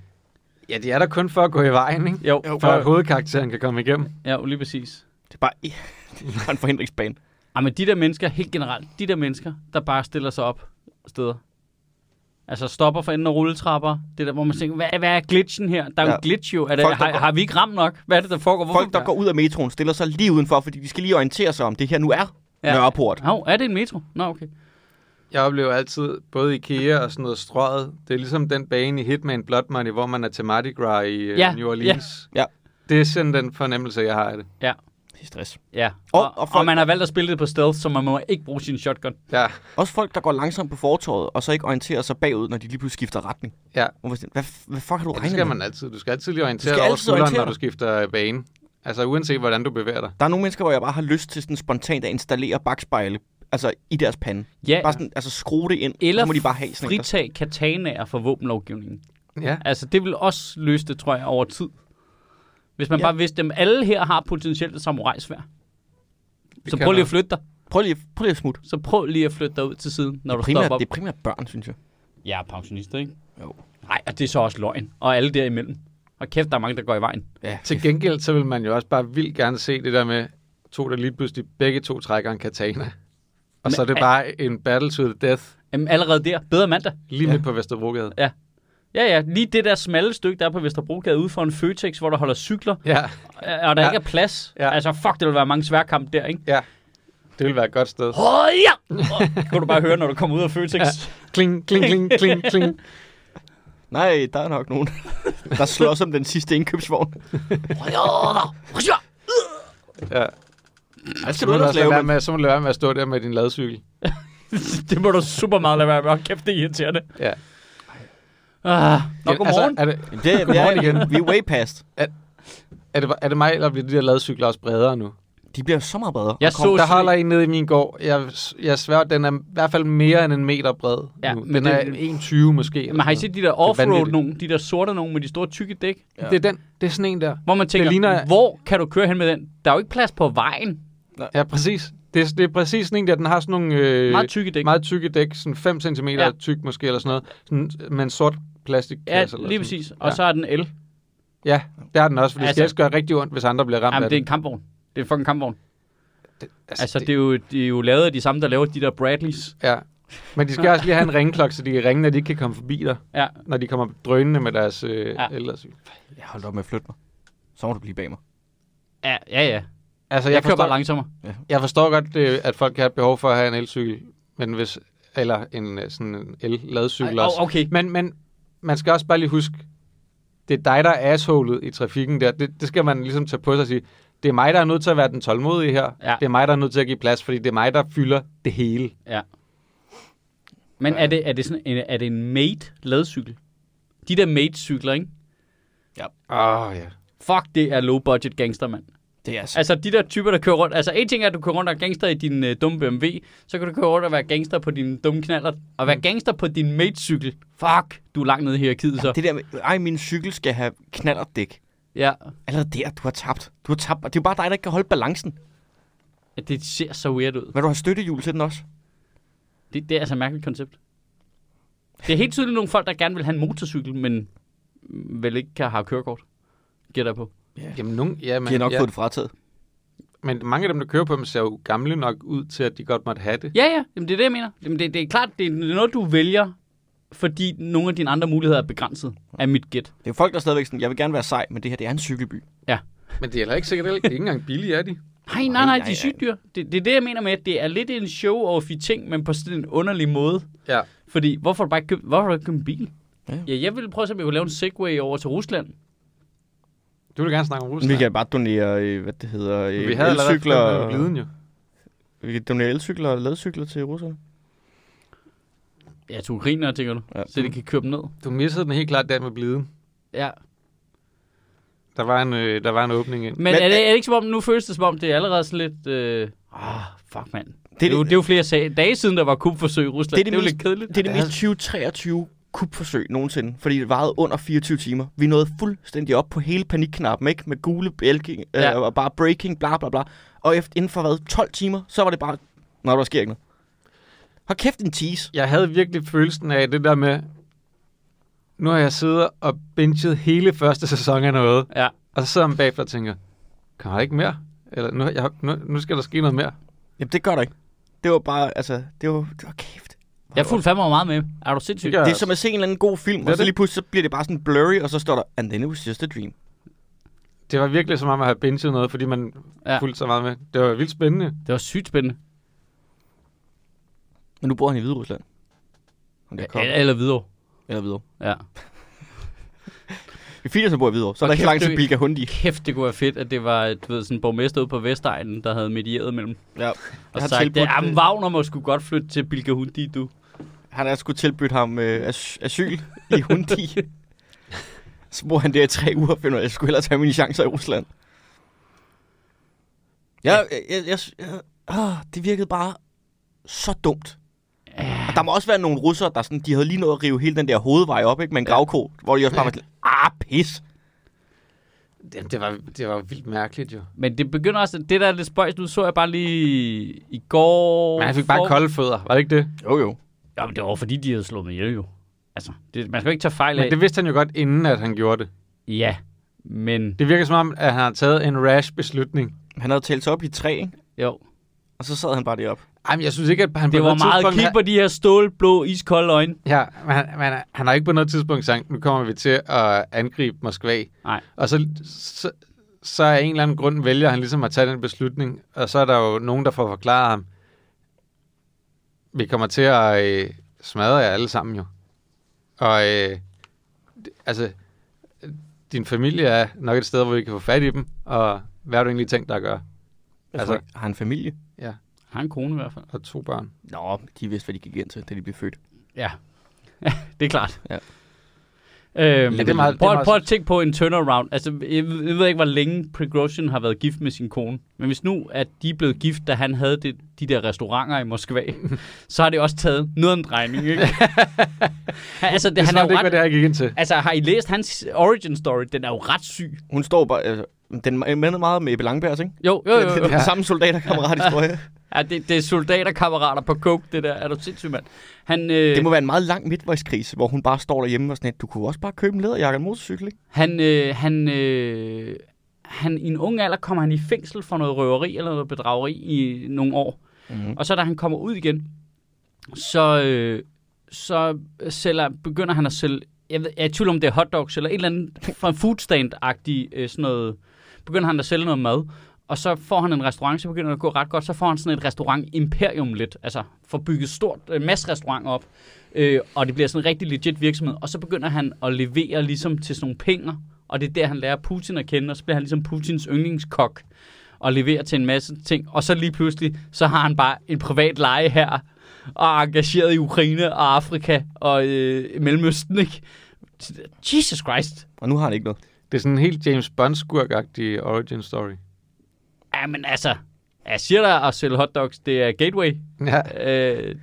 Speaker 2: Ja, de er der kun for at gå i vejen, ikke?
Speaker 1: Jo,
Speaker 2: For at hovedkarakteren kan komme igennem.
Speaker 1: ja, lige præcis.
Speaker 3: Det er bare, det er bare en forhindringsbane.
Speaker 1: Ej, Ah, men de der mennesker, helt generelt, de der mennesker, der bare stiller sig op steder. Altså stopper for enden af rulletrapper. Det der, hvor man tænker, hvad, hvad er glitchen her? Der er ja. jo
Speaker 3: Ja.
Speaker 1: en glitch jo. Er det,
Speaker 3: Folk, der
Speaker 1: har,
Speaker 3: går-
Speaker 1: har vi ikke ramt nok? Hvad er det, der foregår? Hvorfor?
Speaker 3: Folk, der går ud af metroen, stiller sig lige udenfor, fordi de skal lige orientere sig om, det her nu er
Speaker 1: Ja.
Speaker 3: ja. Nørreport.
Speaker 1: Hov, er det en metro? Nå, okay.
Speaker 2: Jeg oplever altid både IKEA og sådan noget strøget. Det er ligesom den bane i Hitman Blood Money, hvor man er til Mardi Gras i øh,
Speaker 1: Ja,
Speaker 2: New Orleans.
Speaker 3: ja. Ja.
Speaker 2: Det er sådan den fornemmelse, jeg har af det.
Speaker 3: Det er stress.
Speaker 1: Ja.
Speaker 3: Og-
Speaker 1: Og,
Speaker 3: og
Speaker 1: og,
Speaker 3: folk-
Speaker 1: folk... og man har valgt at spille det på stealth, så man må ikke bruge sin shotgun.
Speaker 2: Ja,
Speaker 3: Også folk, der går langsomt på fortorvet, og så ikke orienterer sig bagud, når de lige pludselig skifter retning.
Speaker 2: ja.
Speaker 3: Hvor man siger, Hvad, hvad fuck har du
Speaker 2: Ja,
Speaker 3: regnet
Speaker 2: det skal
Speaker 3: med?
Speaker 2: man altid. Du skal altid lige
Speaker 3: Du
Speaker 2: orientere
Speaker 3: skal
Speaker 2: dig over
Speaker 3: altid
Speaker 2: skulderen,
Speaker 3: orientere
Speaker 2: når du
Speaker 3: dig.
Speaker 2: skifter øh, bane. Altså uanset, hvordan du bevæger dig.
Speaker 3: Der er nogle mennesker, hvor jeg bare har lyst til sådan spontant at installere bakspejle altså i deres pande.
Speaker 1: Ja,
Speaker 3: Bare sådan, altså skrue det ind,
Speaker 1: eller
Speaker 3: så må de bare have sådan en, der-
Speaker 1: fritag katanaer for våbenlovgivningen.
Speaker 2: Ja.
Speaker 1: Altså, det vil også løse det, tror jeg, over tid. Hvis man
Speaker 3: Ja.
Speaker 1: ja. bare vidste, at alle her har potentielt et samurajsvær. Så
Speaker 2: kan
Speaker 1: prøv lige
Speaker 2: noget.
Speaker 1: at flytte dig.
Speaker 3: Prøv lige, prøv lige at smutte.
Speaker 1: Så prøv lige at flytte dig ud til siden, når du
Speaker 3: Primært,
Speaker 1: stopper op.
Speaker 3: det er primært børn, synes jeg.
Speaker 1: Jeg er pensionist, ikke?
Speaker 3: Jo.
Speaker 1: Nej, og det er så også løgn. Og alle derimellem. Og kæft, der er mange, der går i vejen.
Speaker 3: Ja.
Speaker 2: Til gengæld, så vil man jo også bare vildt gerne se det der med to, der lige pludselig begge to trækker en katana. Og
Speaker 1: Men-
Speaker 2: så er det bare en battle to the death
Speaker 1: Jamen, allerede der. Bedre mandag.
Speaker 2: lige midt på Vesterbrogade.
Speaker 1: Ja, ja. Lige det der smalle stykke, der er på Vesterbrogade ude for en Føtex, hvor der holder cykler,
Speaker 2: Ja,
Speaker 1: og og der
Speaker 2: Ja.
Speaker 1: ja. ikke er plads.
Speaker 2: Ja.
Speaker 1: Ja. Altså, fuck, der vil være mange sværkamp der, ikke?
Speaker 2: det vil være et godt sted.
Speaker 1: Åh, ja! Og, kan du bare høre, når du kommer ud af Føtex. Ja.
Speaker 2: Kling, kling, kling, kling, kling.
Speaker 3: Nej, der er nok nogen, der slår som den sidste indkøbsvogn.
Speaker 2: Ja.
Speaker 3: Hvad
Speaker 2: Så
Speaker 3: skal
Speaker 2: må
Speaker 3: du
Speaker 2: du
Speaker 3: ellers
Speaker 2: også lade
Speaker 3: lave?
Speaker 2: være
Speaker 3: mand?
Speaker 2: med, så må du lade være med at stå der med din ladcykel.
Speaker 1: det må du super meget lade være med. Hold kæft, det er irriterende.
Speaker 2: Ja.
Speaker 1: Ah. Nå, godmorgen.
Speaker 2: Altså, er, det,
Speaker 3: Jamen, Det, det er, igen. Vi er way past.
Speaker 2: er, det, er det mig, eller bliver de der ladcykler også bredere nu?
Speaker 3: De bliver så meget bedre.
Speaker 1: Jeg
Speaker 3: Og kom-
Speaker 1: så-
Speaker 2: Der holder en nede i min gård. Jeg, jeg sværger, den er i hvert fald mere end en meter bred
Speaker 1: Ja,
Speaker 2: nu. Den
Speaker 1: men det-
Speaker 2: er 1,20 måske. eller
Speaker 1: Men har I
Speaker 2: sådan
Speaker 1: set de der
Speaker 2: vanvittigt.
Speaker 1: offroad nogen? De der sorte nogen med de store tykke dæk?
Speaker 2: noget. Det er den. Det er sådan en der.
Speaker 1: Hvor man tænker,
Speaker 2: ligner-
Speaker 1: ligner... hvor kan du køre hen med den? Der er jo ikke plads på vejen.
Speaker 2: Ja, præcis. Det er, det er præcis sådan en der. Den har sådan nogle øh,
Speaker 1: Meget tykke dæk.
Speaker 2: meget tykke dæk. Sådan 5 cm ja.
Speaker 1: Ja.
Speaker 2: tyk måske, eller sådan noget. Sådan, med en sort plastik.
Speaker 1: Ja, lige præcis. Og
Speaker 2: Ja.
Speaker 1: så er den el.
Speaker 2: Ja, det har den også. For det altså,
Speaker 1: Altså-
Speaker 2: skal også gøre rigtig ondt, hvis andre bliver ramt
Speaker 1: Jamen,
Speaker 2: af
Speaker 1: det er en kampvogn. Det er en fucking kampvogn.
Speaker 2: Altså,
Speaker 1: Altså, det er jo, det er jo lavet af de samme, der laver de der Bradleys.
Speaker 2: Ja. Men de skal også lige have en ringklokke, så de kan ringe, når de ikke kan komme forbi dig.
Speaker 1: Ja.
Speaker 2: Når de kommer drønende med deres øh, ja.
Speaker 1: Ja.
Speaker 2: eldersyg.
Speaker 3: Ja, hold da op med at flytte mig. Så må du blive bag mig.
Speaker 1: Ja, ja, ja.
Speaker 2: Altså,
Speaker 1: Jeg, jeg
Speaker 2: jeg,
Speaker 1: kører
Speaker 2: forstår,
Speaker 1: bare langsommere.
Speaker 2: jeg forstår godt, øh, at folk har et behov for at have en elcykel. Men hvis, eller en øh, sådan en el-ladcykel
Speaker 1: Ej,
Speaker 2: også.
Speaker 1: åh, okay.
Speaker 2: Men, men man skal også bare lige huske, det er dig, der er assholet i trafikken der. Det, det skal man ligesom tage på sig og sige, det er mig, der er nødt til at være den tålmodige her.
Speaker 1: Ja.
Speaker 2: Det er mig, der er nødt til at give plads, fordi det er mig, der fylder det hele.
Speaker 1: Ja. Men er det, er det, sådan, en, er det en made ladcykel? De der made cykler, ikke?
Speaker 2: Åh, oh, ja.
Speaker 1: Fuck, det er low budget gangster, mand.
Speaker 3: Det er så...
Speaker 1: Altså de der typer, der kører rundt. Altså en ting er, at du kører rundt og er gangster i din øh, dumme BMW. Så kan du køre rundt og være gangster på din dumme knaller. Og være gangster på din mate-cykel. Fuck, du er langt nede i hierarkiet så.
Speaker 3: Det der med, ej, min cykel skal have knallerdæk.
Speaker 1: Ja,
Speaker 3: Allerede der, du har tabt. Du har tabt. og Det er jo bare dig, der ikke kan holde balancen.
Speaker 1: det ser så weird ud.
Speaker 3: Men du har støttehjul til den også.
Speaker 1: Det, det er altså et mærkeligt koncept. Det er helt tydeligt nogle folk, der gerne vil have en motorcykel, men vel ikke kan have kørekort. Gætter jeg på.
Speaker 2: Jamen, nogen, ja,
Speaker 3: De har
Speaker 2: men,
Speaker 3: nok
Speaker 2: ja,
Speaker 3: fået det frataget.
Speaker 2: men mange af dem, der kører på dem, ser jo gamle nok ud til, at de godt måtte have det.
Speaker 1: Ja, ja, Jamen, det er det, jeg mener. Jamen, det, det er klart, det er noget, du vælger, fordi nogle af dine andre muligheder er begrænset af mit gæt.
Speaker 3: Det er jo folk, der er stadigvæk sådan, jeg vil gerne være sej, men det her, det er en cykelby.
Speaker 2: Men det er heller ikke sikkert, at det er ikke engang billige, er de?
Speaker 1: Nej, nej,
Speaker 3: Nej,
Speaker 1: nej,
Speaker 3: nej,
Speaker 1: de er sygt dyr. Det, det er det, jeg mener med, at det er lidt en show off i ting, men på sådan en underlig måde.
Speaker 2: Ja.
Speaker 1: Fordi, hvorfor har du bare ikke købt, hvorfor har du ikke købt en bil?
Speaker 3: Ja.
Speaker 1: Ja. ja, jeg ville prøve at se, om jeg kunne lave en segway over til Rusland.
Speaker 2: Du vil gerne snakke om Rusland.
Speaker 3: Vi kan bare donere, øh, hvad det hedder, øh,
Speaker 2: vi havde allerede
Speaker 3: elcykler.
Speaker 2: cykler... gliden jo.
Speaker 3: Vi kan donere elcykler og ladcykler til russerne.
Speaker 1: Ja, til ukrainer, tænker du. Ja.
Speaker 3: Ja.
Speaker 1: Så de kan køre dem ned.
Speaker 2: Du missede den helt klart der med bliden.
Speaker 1: Ja.
Speaker 2: Der var en, øh, der var en åbning ind.
Speaker 1: Men,
Speaker 3: Men-
Speaker 1: er, det, er det ikke som om, nu føles det som om, det er allerede sådan lidt... Øh, ah, fuck mand. Det, det, er jo, det er jo flere sag- dage siden, der var kubforsøg i Rusland. Det,
Speaker 3: Det
Speaker 1: det,
Speaker 3: er
Speaker 1: det er jo
Speaker 3: det
Speaker 1: lidt kedeligt.
Speaker 3: Det er det mest 2023 kupforsøg nogensinde, fordi det varede under 24 timer. Vi nåede fuldstændig op på hele panikknappen, ikke? Med gule bælging, øh,
Speaker 1: Ja.
Speaker 3: og bare breaking, bla bla bla. Og efter, inden for hvad, 12 timer, så var det bare, når der sker ikke noget. Hold kæft en tease.
Speaker 2: Jeg havde virkelig følelsen af det der med, nu har jeg siddet og binget hele første sæson af noget,
Speaker 1: Ja.
Speaker 2: og så sidder man bagefter og tænker, kommer der ikke mere? Eller nu, jeg, nu, nu skal der ske noget mere.
Speaker 3: Jamen, det gør der ikke. Det var bare, altså, det var, det var kæft.
Speaker 1: Jeg fulgte fandme meget med. Er du sindssyg?
Speaker 2: Det gør-
Speaker 3: Det er som at se en eller anden god
Speaker 2: er
Speaker 3: film, og så
Speaker 2: det.
Speaker 3: lige pludselig så bliver det bare sådan blurry, og så står der, and then it was just a dream.
Speaker 2: Det var virkelig som om at have binget noget, fordi man
Speaker 1: Ja.
Speaker 2: ja. fulgte så meget med. Det var vildt spændende.
Speaker 1: Det var sygt spændende.
Speaker 3: Men nu bor han i Hvide Rusland. Han kan komme.
Speaker 1: Eller, eller videre.
Speaker 3: Eller videre.
Speaker 1: Ja.
Speaker 3: Vi fire, som bor i Hvidovre, så er
Speaker 1: Og
Speaker 3: der ikke
Speaker 1: kæft,
Speaker 3: langt til
Speaker 1: det-
Speaker 3: Bilka Hundi.
Speaker 1: Kæft, det kunne være fedt, at det var du ved, sådan en borgmester ude på Vestegnen, der havde medieret mellem.
Speaker 3: Ja.
Speaker 1: Og
Speaker 3: Jeg
Speaker 1: så
Speaker 3: har
Speaker 1: sagt,
Speaker 3: tilbudt,
Speaker 1: at
Speaker 2: øh,
Speaker 1: jamen, Wagner må sgu godt flytte til Bilka Hundi, du.
Speaker 3: han har skulle tilbudt ham øh, as- asyl i Hundi. så bor han der i tre uger og finder, ud af, at jeg skulle hellere tage mine chancer i Rusland. Jeg, jeg, jeg, jeg, jeg åh, det virkede bare så dumt. Og der må også være nogle russere, der sådan, de havde lige nået at rive hele den der hovedvej op, ikke? Med en gravko, hvor de også bare var sådan, ah, pis.
Speaker 2: Det, det, var, det var vildt mærkeligt jo.
Speaker 1: Men det begynder også, det der er lidt spøjst, nu så jeg bare lige i går...
Speaker 2: Men han fik bare
Speaker 1: for-
Speaker 2: kolde fødder, var det ikke det?
Speaker 3: Jo, jo.
Speaker 1: Ja, men det var fordi, de havde slået mig ihjel jo. Altså, det, man skal jo ikke tage fejl af...
Speaker 2: Men det vidste han jo godt, inden at han gjorde det.
Speaker 1: Ja, men
Speaker 2: Det virker som om, at han har taget en rash beslutning.
Speaker 3: Han havde talt sig op i tre, ikke?
Speaker 1: jo. Og
Speaker 3: Og så sad han bare deroppe.
Speaker 2: Ej, men jeg synes ikke, at han på
Speaker 1: det var
Speaker 2: noget
Speaker 1: meget,
Speaker 2: tidspunkt
Speaker 1: kig
Speaker 2: har-
Speaker 1: på de her stålblå, iskolde øjne.
Speaker 2: Ja, men han, men han har ikke på noget tidspunkt sagt, nu kommer vi til at angribe Moskva.
Speaker 1: Nej.
Speaker 2: Og så, så, så af en eller anden grund vælger han ligesom at tage den beslutning, og så er der jo nogen, der får forklaret ham, vi kommer til at øh, smadre jer alle sammen jo. Og øh, d- altså, øh, din familie er nok et sted, hvor vi kan få fat i dem, og hvad har du egentlig tænkt dig at gøre?
Speaker 3: Altså,
Speaker 2: Altså-
Speaker 3: har han familie?
Speaker 2: Ja,
Speaker 1: Har en kone i hvert fald.
Speaker 2: og to børn.
Speaker 3: Nå, de vidste, hvad de gik ind til, da de blev født.
Speaker 1: Ja, det er klart.
Speaker 3: Ja.
Speaker 1: Øhm,
Speaker 2: Men det er meget-
Speaker 1: prøv,
Speaker 2: det er meget
Speaker 1: prøv at tænke på en turnaround. Altså, jeg, ved- jeg ved ikke, hvor længe Progression har været gift med sin kone. Men hvis nu, at de er blevet gift, da han havde det, de der restauranter i Moskva, så har det også taget noget af en drejning, ikke? altså, det,
Speaker 2: Det,
Speaker 1: han
Speaker 2: han
Speaker 1: er jo
Speaker 2: er det ikke, hvad
Speaker 1: ret,
Speaker 2: det er, jeg gik ind til.
Speaker 1: altså, har I læst hans origin story? Den er jo ret syg.
Speaker 3: Hun står bare... Altså, den minder meget med Ebbe Langbergs, ikke?
Speaker 1: Jo, jo, jo.
Speaker 3: Det
Speaker 1: jo.
Speaker 3: er den samme soldaterkammerat historie.
Speaker 1: Ja, det, det er soldaterkammerater på coke, det der. Er du sindssyg, mand? Han, øh,
Speaker 3: Det må være en meget lang midtvejskrise, hvor hun bare står derhjemme og sådan lidt, du kunne også bare købe en læderjakke og en motorcykel, ikke?
Speaker 1: Han, øh, han, øh, han, i en ung alder kommer han i fængsel for noget røveri eller noget bedrageri i nogle år.
Speaker 3: Mm-hmm.
Speaker 1: Og så da han kommer ud igen, så, øh, så sælger, begynder han at sælge, jeg, ved, jeg er i tvivl om det er hotdogs eller et eller andet fra en foodstand-agtig øh, sådan noget, begynder han at sælge noget mad. Og så får han en restaurant, så begynder det at gå ret godt. Så får han sådan et restaurant-imperium lidt. Altså får bygget stort, en masse restauranter op. Øh, og det bliver sådan en rigtig legit virksomhed. Og så begynder han at levere ligesom til sådan nogle penger. Og det er der, han lærer Putin at kende. Og så bliver han ligesom Putins yndlingskok. og leverer til en masse ting, og så lige pludselig, så har han bare en privat leje her, og er engageret i Ukraine og Afrika og øh, Mellemøsten, ikke? Jesus Christ.
Speaker 3: Og nu har han ikke noget.
Speaker 2: Det er sådan en helt James Bond-skurkagtig origin story.
Speaker 1: Ja, men altså, jeg siger dig at sælge hotdogs, det er gateway.
Speaker 2: Ja.
Speaker 1: Øh,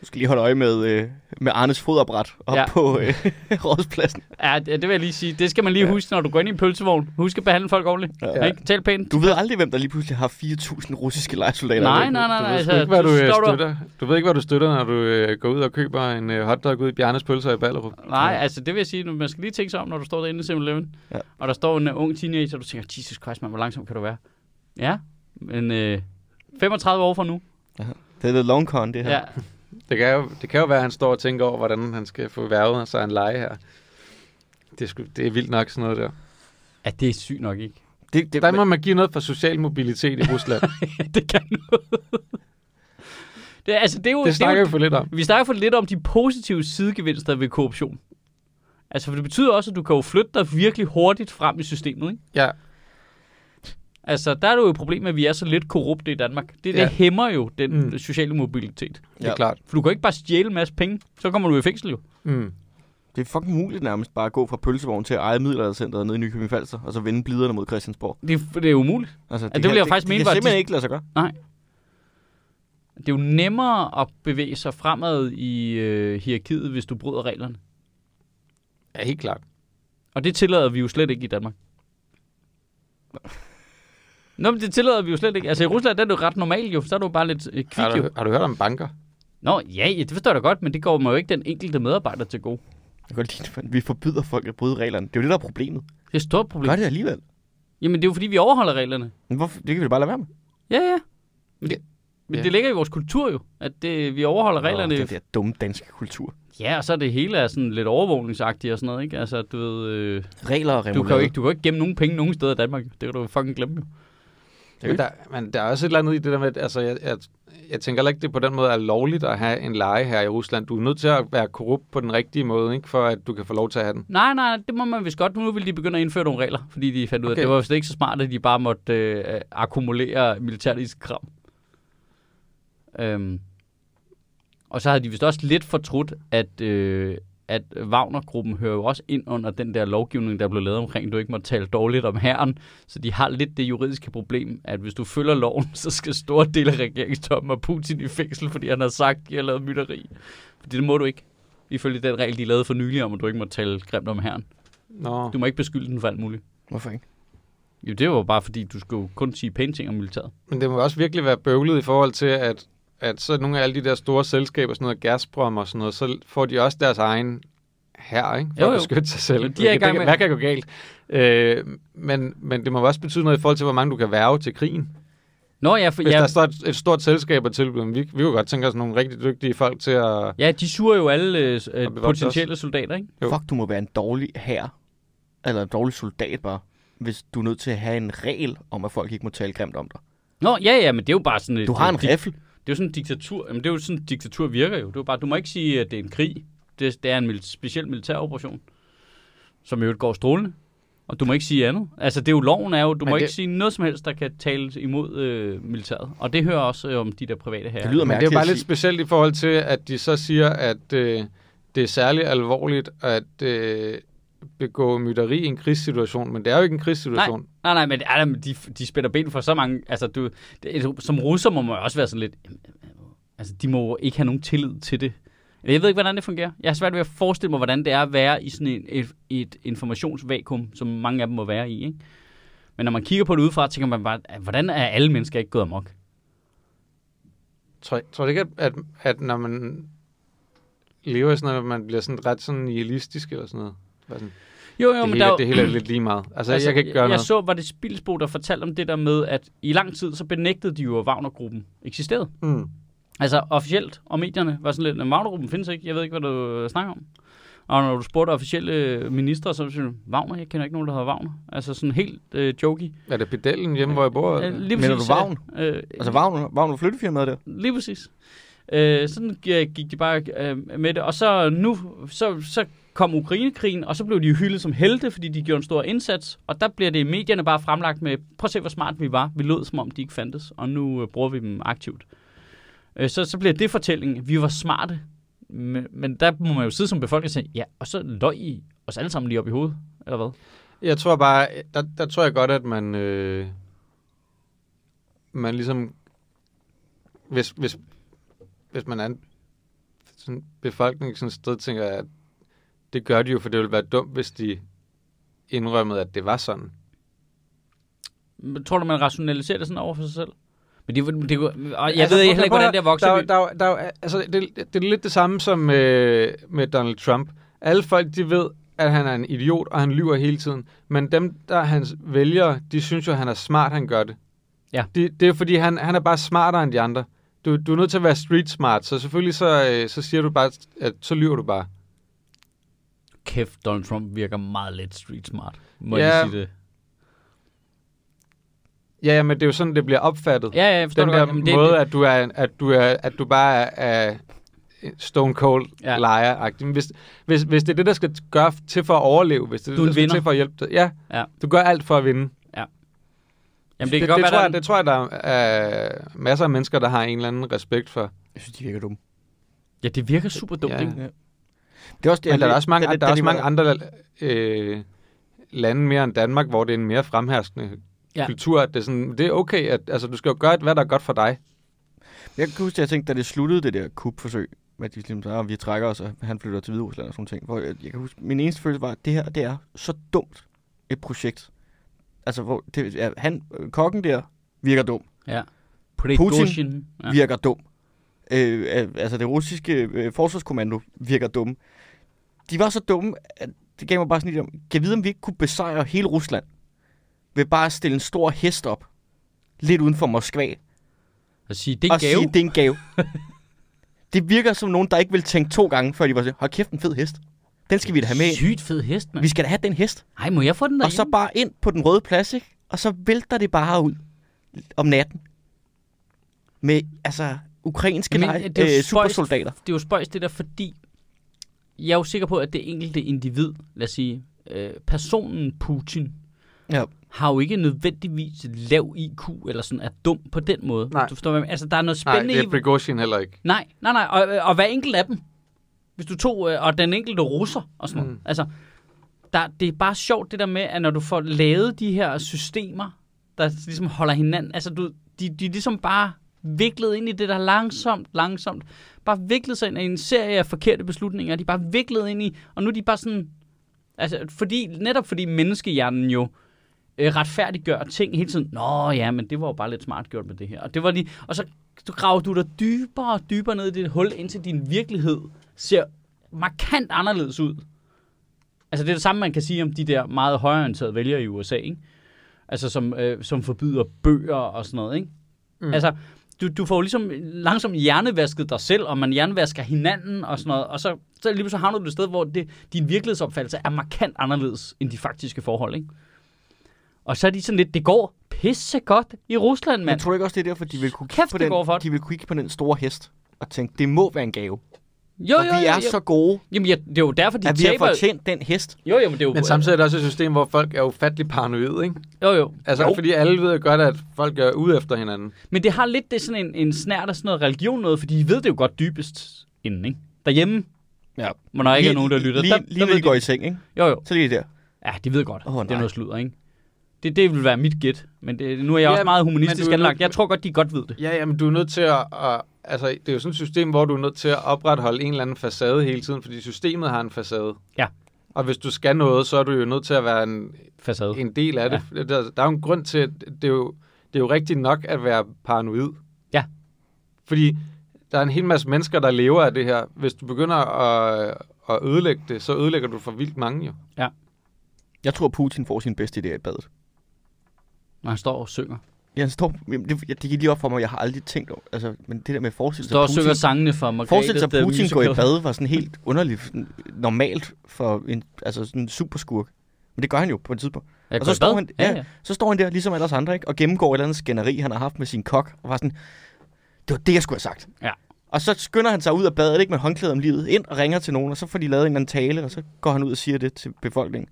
Speaker 3: Du skal lige holde øje med, øh, med Arnes foderbræt op
Speaker 1: Ja.
Speaker 3: ja. på øh, rådspladsen.
Speaker 1: ja, det det vil jeg lige sige. Det skal man lige huske, når du går ind i en pølsevogn. Husk at behandle folk ordentligt. Ja.
Speaker 3: Ja.
Speaker 1: Ikke? Tal pænt.
Speaker 3: Du ved aldrig, hvem der lige pludselig har 4.000 russiske lejesoldater.
Speaker 1: Nej, nej,
Speaker 2: Du
Speaker 1: nej, nej.
Speaker 2: ved sgu ikke, hvad du,
Speaker 1: så
Speaker 2: øh,
Speaker 1: står
Speaker 2: støtter. Du ved ikke, hvad du støtter, når du øh, går ud og køber en øh, hotdog ud i Bjarnes Pølser i Ballerup.
Speaker 1: Nej, altså det vil jeg sige, nu- man skal lige tænke sig om, når du står derinde i 7-Eleven, ja.
Speaker 3: Ja.
Speaker 1: og der står en uh, ung teenager, og du tænker, Jesus Christ, man, hvor langsom kan du være? Ja, men øh, 35 år fra nu.
Speaker 3: Det er the long con, det her.
Speaker 1: Ja.
Speaker 3: Ja.
Speaker 2: Det kan, jo, det kan jo være, at han står og tænker over, hvordan han skal få værvet sig en leje her. Det er, sgu, det er vildt nok sådan noget der.
Speaker 1: ja, det er sygt nok ikke.
Speaker 3: Det, det,
Speaker 2: Der må man give noget for social mobilitet i Rusland.
Speaker 1: det kan noget. Det, er- altså, det er jo,
Speaker 2: det
Speaker 1: det er jo
Speaker 2: snakker vi for lidt om.
Speaker 1: Vi snakker for lidt om de positive sidegevinster ved korruption. Altså, for det betyder også, at du kan jo flytte dig virkelig hurtigt frem i systemet, ikke?
Speaker 2: Ja,
Speaker 1: Altså, der er det jo et problem, at vi er så lidt korrupte i Danmark. Det, det
Speaker 2: Ja.
Speaker 1: hæmmer jo den
Speaker 2: Mm.
Speaker 1: sociale mobilitet.
Speaker 2: det er
Speaker 3: Ja.
Speaker 2: klart.
Speaker 1: For du kan jo ikke bare stjæle en masse penge, så kommer du i fængsel jo.
Speaker 2: Mm.
Speaker 3: det er fucking muligt nærmest bare at gå fra pølsevogn til at eje middelaldercenteret nede i Nykøbing Falster, og så vende bliderne mod Christiansborg.
Speaker 1: Det, er- det er umuligt.
Speaker 3: Altså,
Speaker 1: det vil jeg faktisk
Speaker 3: det,
Speaker 1: mene
Speaker 3: det
Speaker 1: var, at
Speaker 3: kan simpelthen
Speaker 1: de-
Speaker 3: ikke lade sig gøre.
Speaker 1: Det er jo nemmere at bevæge sig fremad i øh, hierarkiet, hvis du bryder reglerne.
Speaker 2: Ja, helt klart.
Speaker 1: Og det tillader vi jo slet ikke i Danmark. Nå, men det tillader vi jo slet ikke. Altså i Rusland der er det jo ret normalt jo, så er du jo bare lidt øh, kvik
Speaker 2: Har
Speaker 1: jo.
Speaker 2: du, har du hørt om banker?
Speaker 1: Nå, ja, ja, det forstår jeg da godt, men det går mig jo ikke den enkelte medarbejder til gode.
Speaker 3: Jeg kan godt lide, det, man- vi forbyder folk at bryde reglerne. Det er jo det, der er problemet.
Speaker 1: Det er et stort problem.
Speaker 3: Gør det alligevel.
Speaker 1: Jamen, det er jo fordi, vi overholder reglerne.
Speaker 3: Men hvorfor? Det kan vi bare lade være med.
Speaker 1: Ja, ja. Men det,
Speaker 2: Ja.
Speaker 1: men
Speaker 2: Ja.
Speaker 1: det ligger i vores kultur jo, at det, vi overholder reglerne.
Speaker 3: Åh, den der dumme danske kultur.
Speaker 1: Ja, og så er det hele er sådan lidt overvågningsagtigt og sådan noget, ikke? Altså, du ved, øh,
Speaker 3: Regler og
Speaker 1: du
Speaker 3: remoulade.
Speaker 1: kan jo ikke, du kan jo ikke gemme nogen penge nogen steder i Danmark. Det kan du jo fucking glemme jo.
Speaker 3: er
Speaker 2: Men der, men der er også et eller andet i det der med, at altså, jeg, jeg, jeg tænker heller ikke, det på den måde er lovligt at have en leje her i Rusland. Du er nødt til at være korrupt på den rigtige måde, ikke, for at du kan få lov til at have den.
Speaker 1: Nej, nej, det må man vist godt. Nu vil de begynde at indføre nogle regler, fordi de fandt ud af, okay.
Speaker 2: Okay.
Speaker 1: at det var vist ikke så smart, at de bare måtte øh, akkumulere militært iskram. Øhm. Og så havde de vist også lidt fortrudt, at, øh, at Wagner-gruppen hører jo også ind under den der lovgivning, der blev lavet omkring, at du ikke må tale dårligt om herren. Så de har lidt det juridiske problem, at hvis du følger loven, så skal store dele af regeringstoppen og Putin i fængsel, fordi han har sagt, at de har lavet mytteri. Fordi det må du ikke ifølge den regel, de lavede for nylig om, at du ikke må tale grimt om herren.
Speaker 2: Nå,
Speaker 1: Du må ikke beskylde den for alt muligt.
Speaker 3: Hvorfor ikke?
Speaker 1: Jo, det var bare fordi, du skulle kun sige pæne ting om militæret.
Speaker 2: men det må også virkelig være bøvlet i forhold til, at, at så nogle af alle de der store selskaber, sådan noget Gazprom og sådan noget, så får de også deres egen her, ikke? For
Speaker 1: Jo,
Speaker 2: jo, jo.
Speaker 1: jo.
Speaker 2: at beskytte sig selv.
Speaker 1: Men de
Speaker 2: Det
Speaker 1: er i
Speaker 2: kan-
Speaker 1: gang
Speaker 2: det kan-
Speaker 1: med-
Speaker 2: Hvad kan gå galt? Øh, men, men det må også betyde noget i forhold til, hvor mange du kan værve til krigen.
Speaker 1: Nå ja, for,
Speaker 2: Hvis ja.
Speaker 1: ja,
Speaker 2: der står et, et stort selskab og tilbyder, dem, vi, vi kunne godt tænke os nogle rigtig dygtige folk til at...
Speaker 1: ja, de suger jo alle øh, s- øh,
Speaker 2: Og bevogter
Speaker 1: potentielle soldater, ikke?
Speaker 2: Jo.
Speaker 3: Fuck, du må være en dårlig hær. Eller en dårlig soldat bare. Hvis du er nødt til at have en regel om, at folk ikke må tale grimt om dig.
Speaker 1: Nå, ja, ja, men det er jo bare sådan... et-
Speaker 3: Du har en
Speaker 1: di-
Speaker 3: riffel.
Speaker 1: Det er jo sådan en diktatur. Jamen, det er jo sådan, diktatur virker jo. Det er jo bare, du må ikke sige, at det er en krig. Det, det er en mil- speciel militær operation, som jo går strålende. Og du må ikke sige andet. Altså, det er jo loven er jo, du
Speaker 2: Men
Speaker 1: må det...
Speaker 2: det-
Speaker 1: ikke sige noget som helst, der kan tale imod øh, militæret. Og det hører også øh, om de der private herrer.
Speaker 3: Det lyder
Speaker 2: Men det er jo
Speaker 3: mærkeligt
Speaker 2: bare
Speaker 3: at
Speaker 2: lidt
Speaker 3: sige.
Speaker 2: specielt i forhold til, at de så siger, at øh, det er særlig alvorligt at øh, begå myteri i en krigssituation, men det er jo ikke en krigssituation.
Speaker 1: Nej,
Speaker 2: Nej.
Speaker 1: nej, men ej, nej, men de, de spænder ben for så mange... Altså, du, det, som russer må man jo også være sådan lidt... "Jamen, Altså, de må jo ikke have nogen tillid til det. Eller Jeg ved ikke, hvordan det fungerer. Jeg har svært ved at forestille mig, hvordan det er at være i sådan en, et, et informationsvakuum, som mange af dem må være i. Ikke? Men når man kigger på det udefra, tænker man bare, "Ah, hvordan er alle mennesker ikke gået amok?
Speaker 2: Tror, tror du ikke, at, at, at når man lever i sådan noget, at man bliver sådan ret sådan nihilistisk eller sådan noget? Bare sådan,
Speaker 1: Jo, jo, men
Speaker 2: det, hele,
Speaker 1: der, er jo-
Speaker 2: det hele er lidt lige meget. Altså, altså jeg kan ikke gøre
Speaker 1: jeg, jeg
Speaker 2: noget.
Speaker 1: så, var det Spilsbo, der fortalte om det der med, at i lang tid, så benægtede de jo, at Wagner-gruppen eksisterede.
Speaker 2: Mm.
Speaker 1: Altså officielt, og medierne var sådan lidt, at Wagnergruppen findes ikke, jeg ved ikke, hvad du øh, snakker om. Og når du spurgte officielle øh, ministre, så siger du, Wagner, jeg kender ikke nogen, der hedder Wagner. Altså sådan helt øh, jokey.
Speaker 2: Er det pedellen hjemme, hvor jeg bor?
Speaker 1: Øh,
Speaker 2: eller?
Speaker 1: lige
Speaker 3: Mener du
Speaker 1: øh,
Speaker 3: Wagner?
Speaker 1: Øh,
Speaker 3: Altså, Vagn, Vagn flyttefirmaet der.
Speaker 1: Lige præcis. Øh, sådan g- gik de bare øh, med det. Og så nu, så, så kom Ukrainekrigen, og så blev de jo hyldet som helte, fordi de gjorde en stor indsats. Og der bliver det i medierne bare fremlagt med, prøv at se, hvor smart vi var. Vi lød, som om de ikke fandtes, og nu øh, bruger vi dem aktivt. Øh, så, så bliver det fortællingen, vi var smarte. Men, men der må man jo sidde som befolkning og sige, ja, og så løg I os alle sammen lige op i hovedet, eller hvad?
Speaker 2: Jeg tror bare, der, der tror jeg godt, at man, øh, man ligesom, hvis, hvis, hvis man er en sådan befolkning sådan et sted, tænker jeg, at det gør de jo, for det ville være dumt, hvis de indrømmede, at det var sådan.
Speaker 1: Men Tror du, man rationaliserer det sådan over for sig selv? Men det, det, det og jeg
Speaker 2: Altså,
Speaker 1: altså, ved
Speaker 2: prøv-
Speaker 1: heller ikke,
Speaker 2: prøv at
Speaker 1: hvordan det er
Speaker 2: høre,
Speaker 1: vokset.
Speaker 2: Der, er jo- der, er jo- der, er jo- altså, det, det er lidt det samme som øh, med Donald Trump. Alle folk, de ved, at han er en idiot, og han lyver hele tiden. Men dem, der er hans vælgere, de synes jo, at han er smart, han gør det.
Speaker 1: Ja.
Speaker 2: De, det er fordi, han, han er bare smartere end de andre. Du, du er nødt til at være street smart, så selvfølgelig så, øh, så siger du bare, at så lyver du bare.
Speaker 1: Kæft, Donald Trump virker meget lidt street smart. Må
Speaker 2: Ja.
Speaker 1: jeg lige sige det?
Speaker 2: Ja, ja, men det er jo sådan, det bliver opfattet.
Speaker 1: Ja, ja, jeg forstår
Speaker 2: Den
Speaker 1: det
Speaker 2: der
Speaker 1: godt. Jamen,
Speaker 2: måde,
Speaker 1: det, det,
Speaker 2: At, du er, at, du er, at du bare er, er stone cold
Speaker 1: Ja.
Speaker 2: ja. liar -agtig. Hvis, hvis, hvis det er det, der skal gøre f- til for at overleve, hvis det er
Speaker 1: Du er
Speaker 2: det, der
Speaker 1: en vinder.
Speaker 2: skal til for at hjælpe dig. Ja,
Speaker 1: Ja.
Speaker 2: du gør alt for at vinde.
Speaker 1: jamen, det,
Speaker 2: det,
Speaker 1: kan godt
Speaker 2: det,
Speaker 1: være,
Speaker 2: tror
Speaker 1: der er
Speaker 2: jeg,
Speaker 1: en-
Speaker 2: det tror jeg, der er øh, masser af mennesker, der har en eller anden respekt for.
Speaker 3: Jeg synes, de virker dumme.
Speaker 1: Ja, det virker super dumt,
Speaker 2: Ja,
Speaker 1: ja.
Speaker 2: ja.
Speaker 1: ikke?
Speaker 3: Det er også det,
Speaker 2: Men
Speaker 3: jeg
Speaker 2: der er
Speaker 3: lidt-
Speaker 2: også mange,
Speaker 3: da- da-
Speaker 2: der er
Speaker 3: da
Speaker 2: også
Speaker 3: de
Speaker 2: mange
Speaker 3: var-
Speaker 2: andre øh, lande mere end Danmark, hvor det er en mere fremherskende
Speaker 1: Ja.
Speaker 2: ja. kultur. at Det er, sådan, det er okay, at altså, du skal jo gøre, hvad der er godt for dig.
Speaker 3: Jeg kan huske, at jeg tænkte, da det sluttede, det der kupforsøg, at de ligesom sagde, "Ah, vi trækker os, og han flytter til Hviderusland og sådan nogle ting. Hvor jeg, jeg kan huske, min eneste følelse var, at det her, det er så dumt et projekt. Altså, hvor det, ja, han, øh, kokken der virker dum,
Speaker 1: Putin. Ja.
Speaker 3: ja. virker dum. Øh, øh, altså, det russiske øh, forsvarskommando virker dum. De var så dumme, at det gav mig bare sådan lidt om, kan jeg vide, om vi ikke kunne besejre hele Rusland ved bare at stille en stor hest op lidt uden for Moskva,
Speaker 1: At sige, det er
Speaker 3: og
Speaker 1: en gave.
Speaker 3: sige, det er en gave. det virker som nogen, der ikke vil tænke to gange, før de var sådan, hold kæft, en fed hest. Den skal vi da have med ind.
Speaker 1: Sygt fed hest, mand.
Speaker 3: Vi skal da have den hest.
Speaker 1: Ej, må jeg få den
Speaker 3: Og
Speaker 1: derinde?
Speaker 3: så bare ind på den røde plads, ikke? Og så vælter det bare ud om natten. Med, altså, ukrainske
Speaker 1: Jamen,
Speaker 3: Jamen,
Speaker 1: det er jo
Speaker 3: øh,
Speaker 1: spøjst.
Speaker 3: supersoldater.
Speaker 1: Det er jo spøjs det der, fordi jeg er jo sikker på, at det enkelte individ, lad os sige, øh, personen Putin,
Speaker 3: Ja.
Speaker 1: har jo ikke nødvendigvis et lav IQ, eller sådan er dum på den måde.
Speaker 2: Nej.
Speaker 1: Du forstår, hvad jeg mener? Altså, der er noget
Speaker 2: Nej,
Speaker 1: spændende
Speaker 2: det er
Speaker 1: i...
Speaker 2: Prigozhin heller ikke.
Speaker 1: Nej, nej, nej. Og, og hver enkelt af dem. Hvis du tog, øh, og den enkelte russer og sådan noget. Mm. Altså, der, det er bare sjovt det der med, at når du får lavet de her systemer, der ligesom holder hinanden, altså du, de, de er ligesom bare viklet ind i det der langsomt, langsomt, bare viklet sig ind i en serie af forkerte beslutninger, de er bare viklet ind i, og nu er de bare sådan, altså fordi, netop fordi menneskehjernen jo øh, retfærdiggør ting hele tiden. Nå ja, men det var jo bare lidt smart gjort med det her. Og, det var lige, og så du graver du dig dybere og dybere ned i det hul, indtil din virkelighed ser markant anderledes ud. Altså det er det samme, man kan sige om de der meget højorienterede vælgere i USA, ikke? Altså som, øh, som forbyder bøger og sådan noget, ikke? Mm. Altså, du, du får jo ligesom langsomt hjernevasket dig selv, og man hjernevasker hinanden og sådan noget, og så, så lige så havner du et sted, hvor det, din virkelighedsopfattelse er markant anderledes end de faktiske forhold, ikke? Og så er de sådan lidt, det går pisse godt i Rusland,
Speaker 3: Men
Speaker 1: mand.
Speaker 3: tror du ikke også, det er derfor, de vil kunne
Speaker 1: Kæft,
Speaker 3: kigge på
Speaker 1: det går
Speaker 3: den,
Speaker 1: for det.
Speaker 3: de vil kunne kigge på den store hest og tænke, det må være en gave.
Speaker 1: Jo,
Speaker 3: og vi er så gode,
Speaker 1: Jamen, ja, det er jo derfor, de
Speaker 3: at vi har
Speaker 1: taber...
Speaker 3: fortjent den hest.
Speaker 1: Jo, jo, men det er jo...
Speaker 2: Men samtidig er det også et system, hvor folk er ufattelig paranoid, ikke?
Speaker 1: Jo, jo.
Speaker 2: Altså,
Speaker 1: jo.
Speaker 2: jo. fordi alle ved jo godt, at folk er ude efter hinanden.
Speaker 1: Men det har lidt det er sådan en, en snært af sådan noget religion noget, fordi de ved det jo godt dybest inden, ikke? Derhjemme,
Speaker 3: Ja.
Speaker 1: hvor der ikke er nogen, der lytter.
Speaker 3: Lige,
Speaker 1: der,
Speaker 3: lige når
Speaker 1: ved
Speaker 3: de går i seng, ikke?
Speaker 1: Jo, jo.
Speaker 3: Så lige der.
Speaker 1: Ja, de ved godt.
Speaker 3: Åh,
Speaker 1: Oh, det er
Speaker 3: nej.
Speaker 1: noget sludder, ikke? Det, det vil være mit gæt, men det, nu er jeg ja,
Speaker 2: Ja,
Speaker 1: også meget
Speaker 2: men
Speaker 1: humanistisk
Speaker 2: du-
Speaker 1: anlagt. Jeg tror godt, de godt ved det.
Speaker 2: Ja, jamen, du er nødt til at, at... Altså, det er jo sådan et system, hvor du er nødt til at opretholde en eller anden facade hele tiden, fordi systemet har en facade.
Speaker 1: Ja.
Speaker 2: Og hvis du skal noget, så er du jo nødt til at være en,
Speaker 1: Facade.
Speaker 2: en del af det. Ja. Der, der er jo en grund til, at det er jo, det er jo rigtigt nok at være paranoid.
Speaker 1: Ja.
Speaker 2: Fordi der er en hel masse mennesker, der lever af det her. Hvis du begynder at, at ødelægge det, så ødelægger du for vildt mange jo.
Speaker 3: Jeg tror, Putin får sin bedste idé i badet.
Speaker 1: Når han står og synger.
Speaker 3: Jeg står, jamen, det, jeg- det gik lige op for mig, jeg har aldrig tænkt over, altså, men det der med at forestille sig,
Speaker 1: Står og synger
Speaker 3: Putin,
Speaker 1: sangene for Margrethe.
Speaker 3: forestille sig,
Speaker 1: the
Speaker 3: at Putin går i
Speaker 1: Musical.
Speaker 3: bad, var sådan helt underligt, sådan normalt for en, altså sådan en superskurk. Men det gør han jo på et tidspunkt.
Speaker 1: Ja,
Speaker 3: og
Speaker 1: går
Speaker 3: så
Speaker 1: i bad.
Speaker 3: står, han, ja, ja. så står han der, ligesom alle os andre, ikke, og gennemgår et eller andet skænderi, han har haft med sin kok, og var sådan, det var det, jeg skulle have sagt.
Speaker 1: Ja.
Speaker 3: Og så skynder han sig ud af badet, ikke med håndklæde om livet, ind og ringer til nogen, og så får de lavet en eller anden tale, og så går han ud og siger det til befolkningen.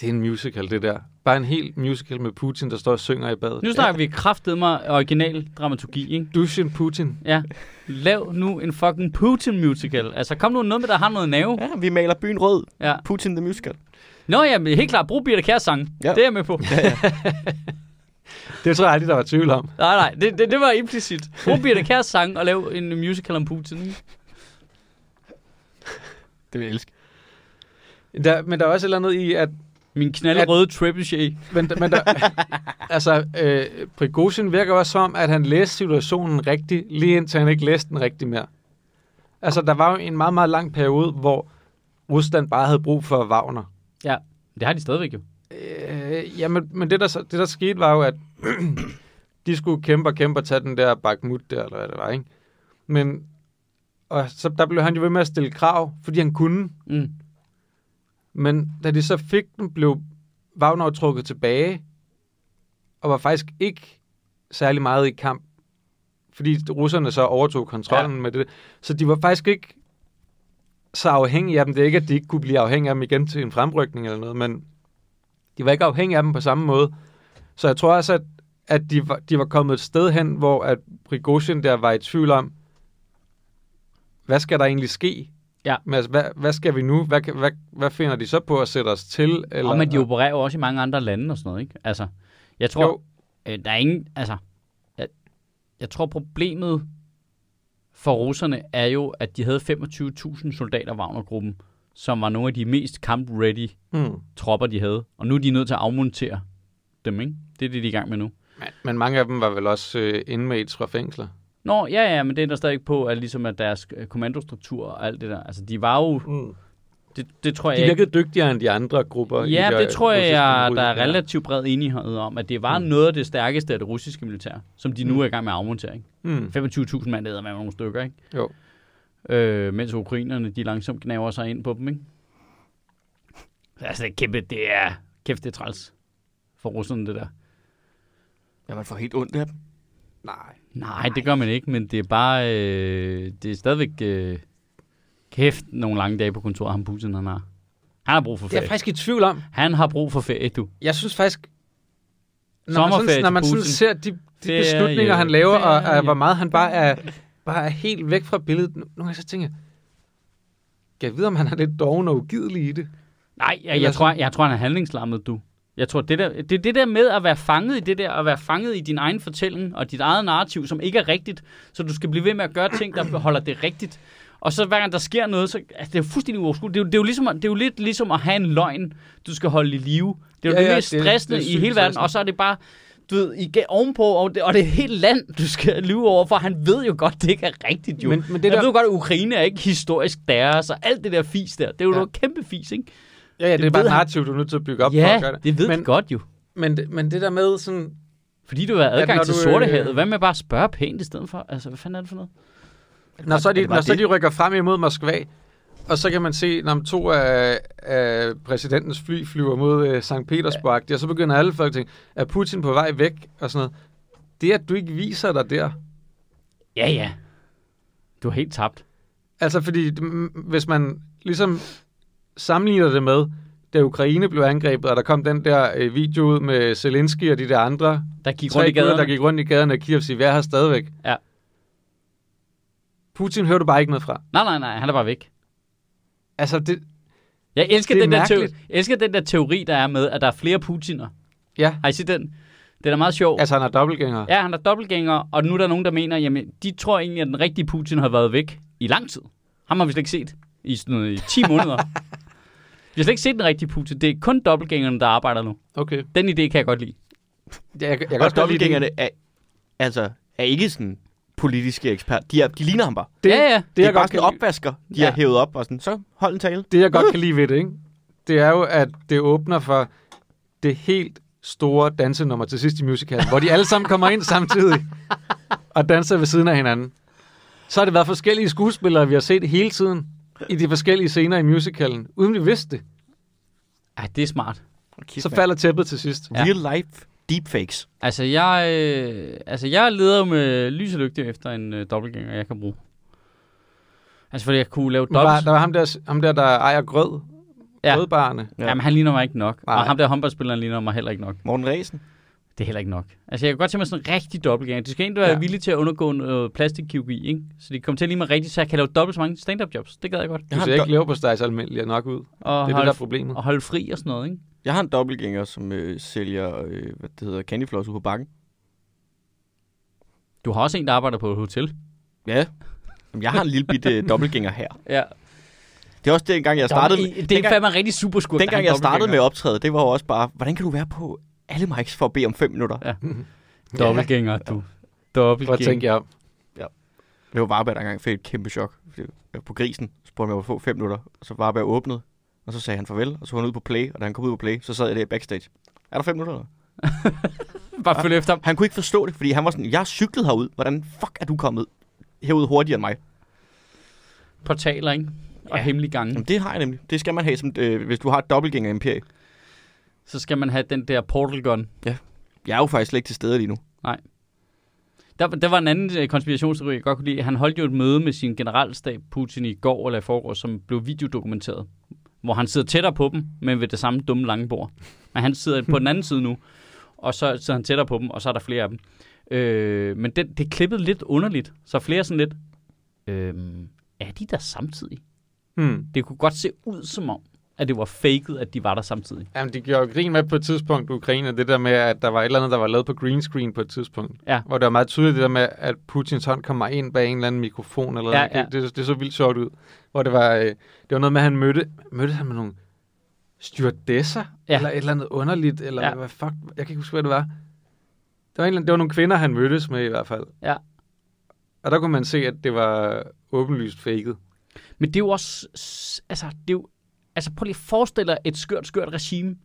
Speaker 2: Det er en musical, det der. Bare en helt musical med Putin, der står og synger i badet.
Speaker 1: Nu snakker vi kraftet mig original dramaturgi, ikke?
Speaker 2: Dusjen Putin.
Speaker 1: Ja. Lav nu en fucking Putin musical. Altså, kom nu noget med, der har noget nerve.
Speaker 3: Ja, vi maler byen rød.
Speaker 1: Ja.
Speaker 3: Putin the Musical.
Speaker 1: Nå ja, men helt klart, brug Birte Kjærs sang.
Speaker 3: Ja.
Speaker 1: Ja. Det er jeg med på.
Speaker 2: Det tror jeg aldrig, der var tvivl om.
Speaker 1: Nej, nej, det, det, det var implicit. Brug Birte Kjærs sang og lav en musical om Putin. ikke?
Speaker 3: Det vil jeg elske.
Speaker 2: Der, men der er også et eller andet i, at...
Speaker 1: Min knaldrøde trebuchet.
Speaker 2: Men, men der, altså, øh, Prigozhin virker også som, at han læste situationen rigtigt, lige indtil han ikke læste den rigtigt mere. Altså, der var jo en meget, meget lang periode, hvor Rusland bare havde brug for Wagner.
Speaker 1: Ja, det har de stadigvæk jo.
Speaker 2: Øh, ja, men, men det, der, så- det, der skete, var jo, at de skulle kæmpe og kæmpe og tage den der Bakhmut der, eller hvad det var, ikke? Men og så, der blev han jo ved med at stille krav, fordi han kunne.
Speaker 1: Mm.
Speaker 2: Men da de så fik den, blev Wagner jo trukket tilbage, og var faktisk ikke særlig meget i kamp, fordi russerne så overtog kontrollen ja. med det. Så de var faktisk ikke så afhængige af dem. Det er ikke, at de ikke kunne blive afhængige af dem igen til en fremrykning eller noget, men de var ikke afhængige af dem på samme måde. Så jeg tror også, at, at de, var, de var kommet et sted hen, hvor at Prigozhin der var i tvivl om, hvad skal der egentlig ske?
Speaker 1: Ja.
Speaker 2: Men altså, hvad, hvad skal vi nu? Hvad, kan- hvad, hvad finder de så på at sætte os til? Eller,
Speaker 1: Og men de opererer jo også i mange andre lande og sådan noget, ikke? Altså, jeg tror,
Speaker 2: jo,
Speaker 1: Øh, der er ingen, altså, jeg, jeg tror problemet for russerne er jo, at de havde 25.000 soldater i Wagner-gruppen, som var nogle af de mest kamp-ready
Speaker 2: mm.
Speaker 1: tropper, de havde. Og nu er de nødt til at afmontere dem, ikke? Det er det, de er i gang med nu.
Speaker 2: men, men mange af dem var vel også øh, inmates fra fængsler.
Speaker 1: Nå, ja, ja, men det er der stadig på, at ligesom at deres øh, kommandostruktur og alt det der, altså de var jo,
Speaker 2: Mm.
Speaker 1: det, det tror jeg
Speaker 2: De
Speaker 1: ikke.
Speaker 2: virkede dygtigere end de andre grupper. i
Speaker 1: Ja,
Speaker 2: de
Speaker 1: det tror jeg,
Speaker 2: russiske Mm.
Speaker 1: jeg der
Speaker 2: russiske-
Speaker 1: er relativt bred enighed om, at det var noget af det stærkeste af det russiske militær, som de nu er i gang med at afmontere, ikke?
Speaker 2: Mm.
Speaker 1: 25.000 mand æder med nogle stykker, ikke?
Speaker 2: Jo.
Speaker 1: Øh, mens ukrainerne, de langsomt gnaver sig ind på dem, ikke? Altså, det er kæmpe, det er, kæft, det er træls for russerne, det der.
Speaker 3: Ja, man får helt ondt af dem.
Speaker 2: Nej.
Speaker 1: Nej, det gør man ikke, men det er bare, øh, det er stadigvæk, øh, kæft, nogle lange dage på kontoret, ham Putin, han har. Han har brug for
Speaker 2: Det er jeg
Speaker 1: ferie.
Speaker 2: faktisk i tvivl om.
Speaker 1: Han har brug for ferie, du.
Speaker 2: Jeg synes faktisk, når man,
Speaker 1: Sommerferie
Speaker 2: sådan, når
Speaker 1: til
Speaker 2: man sådan
Speaker 1: Putin.
Speaker 2: ser de, de
Speaker 1: Ferie.
Speaker 2: beslutninger, han laver, og
Speaker 1: Ferie.
Speaker 2: uh, hvor meget han bare er, bare er helt væk fra billedet. Nogle gange så tænker jeg, kan jeg vide, om han er lidt doven og ugidelig i det?
Speaker 1: Nej, jeg,
Speaker 2: Eller
Speaker 1: jeg, tror,
Speaker 2: sådan-
Speaker 1: jeg, jeg tror, han er handlingslammet, du. Jeg tror, det, der, det er det der med at være fanget i det der, at være fanget i din egen fortælling og dit eget narrativ, som ikke er rigtigt, så du skal blive ved med at gøre ting, der holder det rigtigt. Og så hver gang der sker noget, så altså, det er jo fuldstændig uoverskueligt. Det er, jo- det, er jo ligesom, at- det er jo lidt ligesom at have en løgn, du skal holde i live. Det er jo ja,
Speaker 2: Ja,
Speaker 1: det
Speaker 2: ja,
Speaker 1: mest
Speaker 2: det er-
Speaker 1: stressende
Speaker 2: det er
Speaker 1: i
Speaker 2: sygt
Speaker 1: hele verden,
Speaker 2: stressende.
Speaker 1: og så er det bare, du ved, igen ovenpå, og det, og det er et helt land, du skal lyve over, for han ved jo godt, det ikke er rigtigt jo.
Speaker 2: Men- men det
Speaker 1: han
Speaker 2: der-
Speaker 1: ved jo godt, at Ukraine er ikke historisk deres, og alt det der fis der, det er jo
Speaker 2: Ja.
Speaker 1: ja. noget kæmpe fis, ikke?
Speaker 2: Ja, ja det, det er
Speaker 1: ved
Speaker 2: bare et
Speaker 1: han.
Speaker 2: narrativ, du er nødt til at bygge op for
Speaker 1: ja,
Speaker 2: at gøre det.
Speaker 1: det ved
Speaker 2: men,
Speaker 1: men, de godt jo.
Speaker 2: Men, det- men det der med sådan,
Speaker 1: Fordi du har adgang
Speaker 2: når
Speaker 1: til
Speaker 2: du, øh,
Speaker 1: Sortehavet. Hvad med bare at spørge pænt i stedet for? Altså, hvad fanden er det for noget?
Speaker 2: Når så,
Speaker 3: Er
Speaker 2: de,
Speaker 3: det bare
Speaker 2: når så
Speaker 3: det?
Speaker 2: de rykker frem imod Moskva, og så kan man se, når to af, af præsidentens fly flyver mod øh, St. Petersburg, ja. og så begynder alle folk at tænke, er Putin på vej væk og sådan noget. Det, at du ikke viser dig der,
Speaker 1: Ja, ja. Du er helt tabt.
Speaker 2: altså fordi mm, hvis man ligesom sammenligner det med, da Ukraine blev angrebet, og der kom den der øh, video ud med Zelensky og de der andre
Speaker 1: Der gik
Speaker 2: tre
Speaker 1: rundt i gaderne.
Speaker 2: gutter, der gik rundt i gaderne og Kiev siger, vi er her stadigvæk.
Speaker 1: Ja.
Speaker 2: Putin hører du bare ikke noget fra.
Speaker 1: Nej, nej, nej. Han er bare væk.
Speaker 2: Altså, det,
Speaker 1: Jeg elsker,
Speaker 2: Det er
Speaker 1: den der, teori,
Speaker 2: mærkeligt.
Speaker 1: jeg elsker den der teori, der er med, at der er flere Putiner.
Speaker 2: ja,
Speaker 1: Har I set den? Den er meget sjov.
Speaker 2: altså han er dobbeltgænger.
Speaker 1: Ja, han er dobbeltgænger, og nu er der nogen, der mener, jamen, de tror egentlig, at den rigtige Putin har været væk i lang tid. Ham har vi slet ikke set i sådan noget, i 10 måneder. vi har slet ikke set den rigtige Putin. Det er kun dobbeltgængerne, der arbejder nu.
Speaker 2: Okay.
Speaker 1: Den idé kan jeg godt lide.
Speaker 2: Ja, jeg, jeg kan
Speaker 3: Og
Speaker 2: godt lide
Speaker 3: dobbeltgængerne
Speaker 2: det.
Speaker 3: er, altså, er ikke sådan politiske ekspert. De, er, de ligner ham bare.
Speaker 2: Det,
Speaker 1: ja, ja.
Speaker 2: det,
Speaker 3: Det er,
Speaker 2: jeg
Speaker 3: det er bare
Speaker 2: godt
Speaker 3: sådan
Speaker 2: kan,
Speaker 3: en opvasker, de
Speaker 1: Ja.
Speaker 3: har hævet op og sådan, så hold en tale.
Speaker 2: det, jeg godt kan lide ved det, ikke? det er jo, at det åbner for det helt store dansenummer til sidst i musicalen, hvor de alle sammen kommer ind samtidig og danser ved siden af hinanden. Så har det været forskellige skuespillere, vi har set hele tiden i de forskellige scener i musicalen, uden vi vidste det.
Speaker 1: Ej, det er smart.
Speaker 2: Så falder tæppet til sidst.
Speaker 1: Ja.
Speaker 3: Real life deepfakes.
Speaker 1: Altså, jeg, øh, altså, jeg leder jo med lys og lygte efter en øh, dobbeltgænger, jeg kan bruge. Altså, fordi jeg kunne lave
Speaker 2: Der var,
Speaker 1: dobbelt.
Speaker 2: der var ham der, ham der, der ejer grød.
Speaker 1: Ja.
Speaker 2: Ja. Grødbarne.
Speaker 1: ja. Jamen, han ligner mig ikke nok. Nej.
Speaker 2: Nej.
Speaker 1: Og ham der håndboldspilleren ligner mig heller ikke nok.
Speaker 3: Morten Ræsen.
Speaker 1: Det er heller ikke nok. Altså, jeg kan godt tænke mig sådan en rigtig dobbeltgænger. De skal egentlig være ja.
Speaker 2: Ja.
Speaker 1: villige til at undergå en øh, plastikkirurgi, ikke? Så de kommer til lige med rigtigt, så jeg kan lave dobbelt så mange stand-up jobs. Det gad jeg godt.
Speaker 2: Du
Speaker 3: har
Speaker 2: ser
Speaker 3: en
Speaker 2: ikke lever på dig almindelig nok ud.
Speaker 1: Og,
Speaker 2: Det er det,
Speaker 1: holde,
Speaker 2: der er problemet.
Speaker 1: og holde fri og sådan noget, ikke?
Speaker 3: Jeg har en dobbeltgænger, som øh, sælger, øh, hvad det hedder, candyfloss ude på bakken.
Speaker 1: Du har også en, der arbejder på et hotel.
Speaker 3: Ja. Jamen, jeg har en lille bitte øh, dobbeltgænger her.
Speaker 1: Ja.
Speaker 3: Det er også dengang, jeg startede...
Speaker 1: Startede, det er
Speaker 3: dengang,
Speaker 1: fandme en rigtig super skurk. der
Speaker 3: dengang
Speaker 1: har
Speaker 3: jeg
Speaker 1: en
Speaker 3: startede med
Speaker 1: dobbeltgænger.
Speaker 3: at optræde, det var jo også bare, hvordan kan du være på alle mics for at bede om fem minutter?
Speaker 1: Ja. Dobbeltgænger, du.
Speaker 2: Prøv at
Speaker 1: Dobbeltgænger.
Speaker 2: tænke jer om.
Speaker 3: Det var Varberg, der engang fik et kæmpe chok. Fordi jeg var på grisen, så spurgte jeg, om jeg få fem minutter. Og så Varberg åbnede, og så sagde han farvel, og så var han ud på play. Og da han kom ud på play, så sad jeg der backstage. Er der fem minutter? Eller?
Speaker 1: Bare følge efter ham.
Speaker 3: Han kunne ikke forstå det, fordi han var sådan, jeg har cyklet herud. Hvordan fuck er du kommet herud hurtigere end mig?
Speaker 1: Portaler, ikke? Og ja. hemmelige gange.
Speaker 3: Jamen, det har jeg nemlig. Det skal man have, som, øh, hvis du har et dobbeltgænger imperie.
Speaker 1: Så skal man have den der portal gun.
Speaker 3: Jeg er jo faktisk slet ikke til stede lige nu.
Speaker 1: Der, der var en anden øh, konspirationsteori, jeg godt kunne lide. Han holdt jo et møde med sin generalstab, Putin, i går eller i forgårs, som blev videodokumenteret. Hvor han sidder tættere på dem, men ved det samme dumme lange bord. Men han sidder på den anden side nu, og så sidder han tættere på dem, og så er der flere af dem. Øh, men det, det klippede lidt underligt, så flere sådan lidt, øh, er de der samtidig?
Speaker 2: Hmm.
Speaker 1: Det kunne godt se ud som om, at det var faked, at de var der samtidig.
Speaker 2: Jamen, de gjorde jo grin med på et tidspunkt, Ukraine, det der med, at der var et eller andet, der var lavet på green screen på et tidspunkt.
Speaker 1: Ja.
Speaker 2: Hvor det var meget tydeligt det der med, at Putins hånd kommer ind bag en eller anden mikrofon. Eller
Speaker 1: Ja,
Speaker 2: ja, ja. Det, det, det, så vildt sjovt ud. Hvor det var, øh, det var noget med, at han mødte, mødte han med nogle styrdesser,
Speaker 1: Ja.
Speaker 2: ja. eller et eller andet underligt, eller
Speaker 1: Ja.
Speaker 2: ja. hvad fuck, jeg kan ikke huske, hvad det var. Det var, en, eller anden- det var nogle kvinder, han mødtes med i hvert fald.
Speaker 1: Ja.
Speaker 2: Og der kunne man se, at det var åbenlyst faked.
Speaker 1: Men det er jo også, s- altså, det er jo, altså prøv lige at forestille dig et skørt, skørt regime.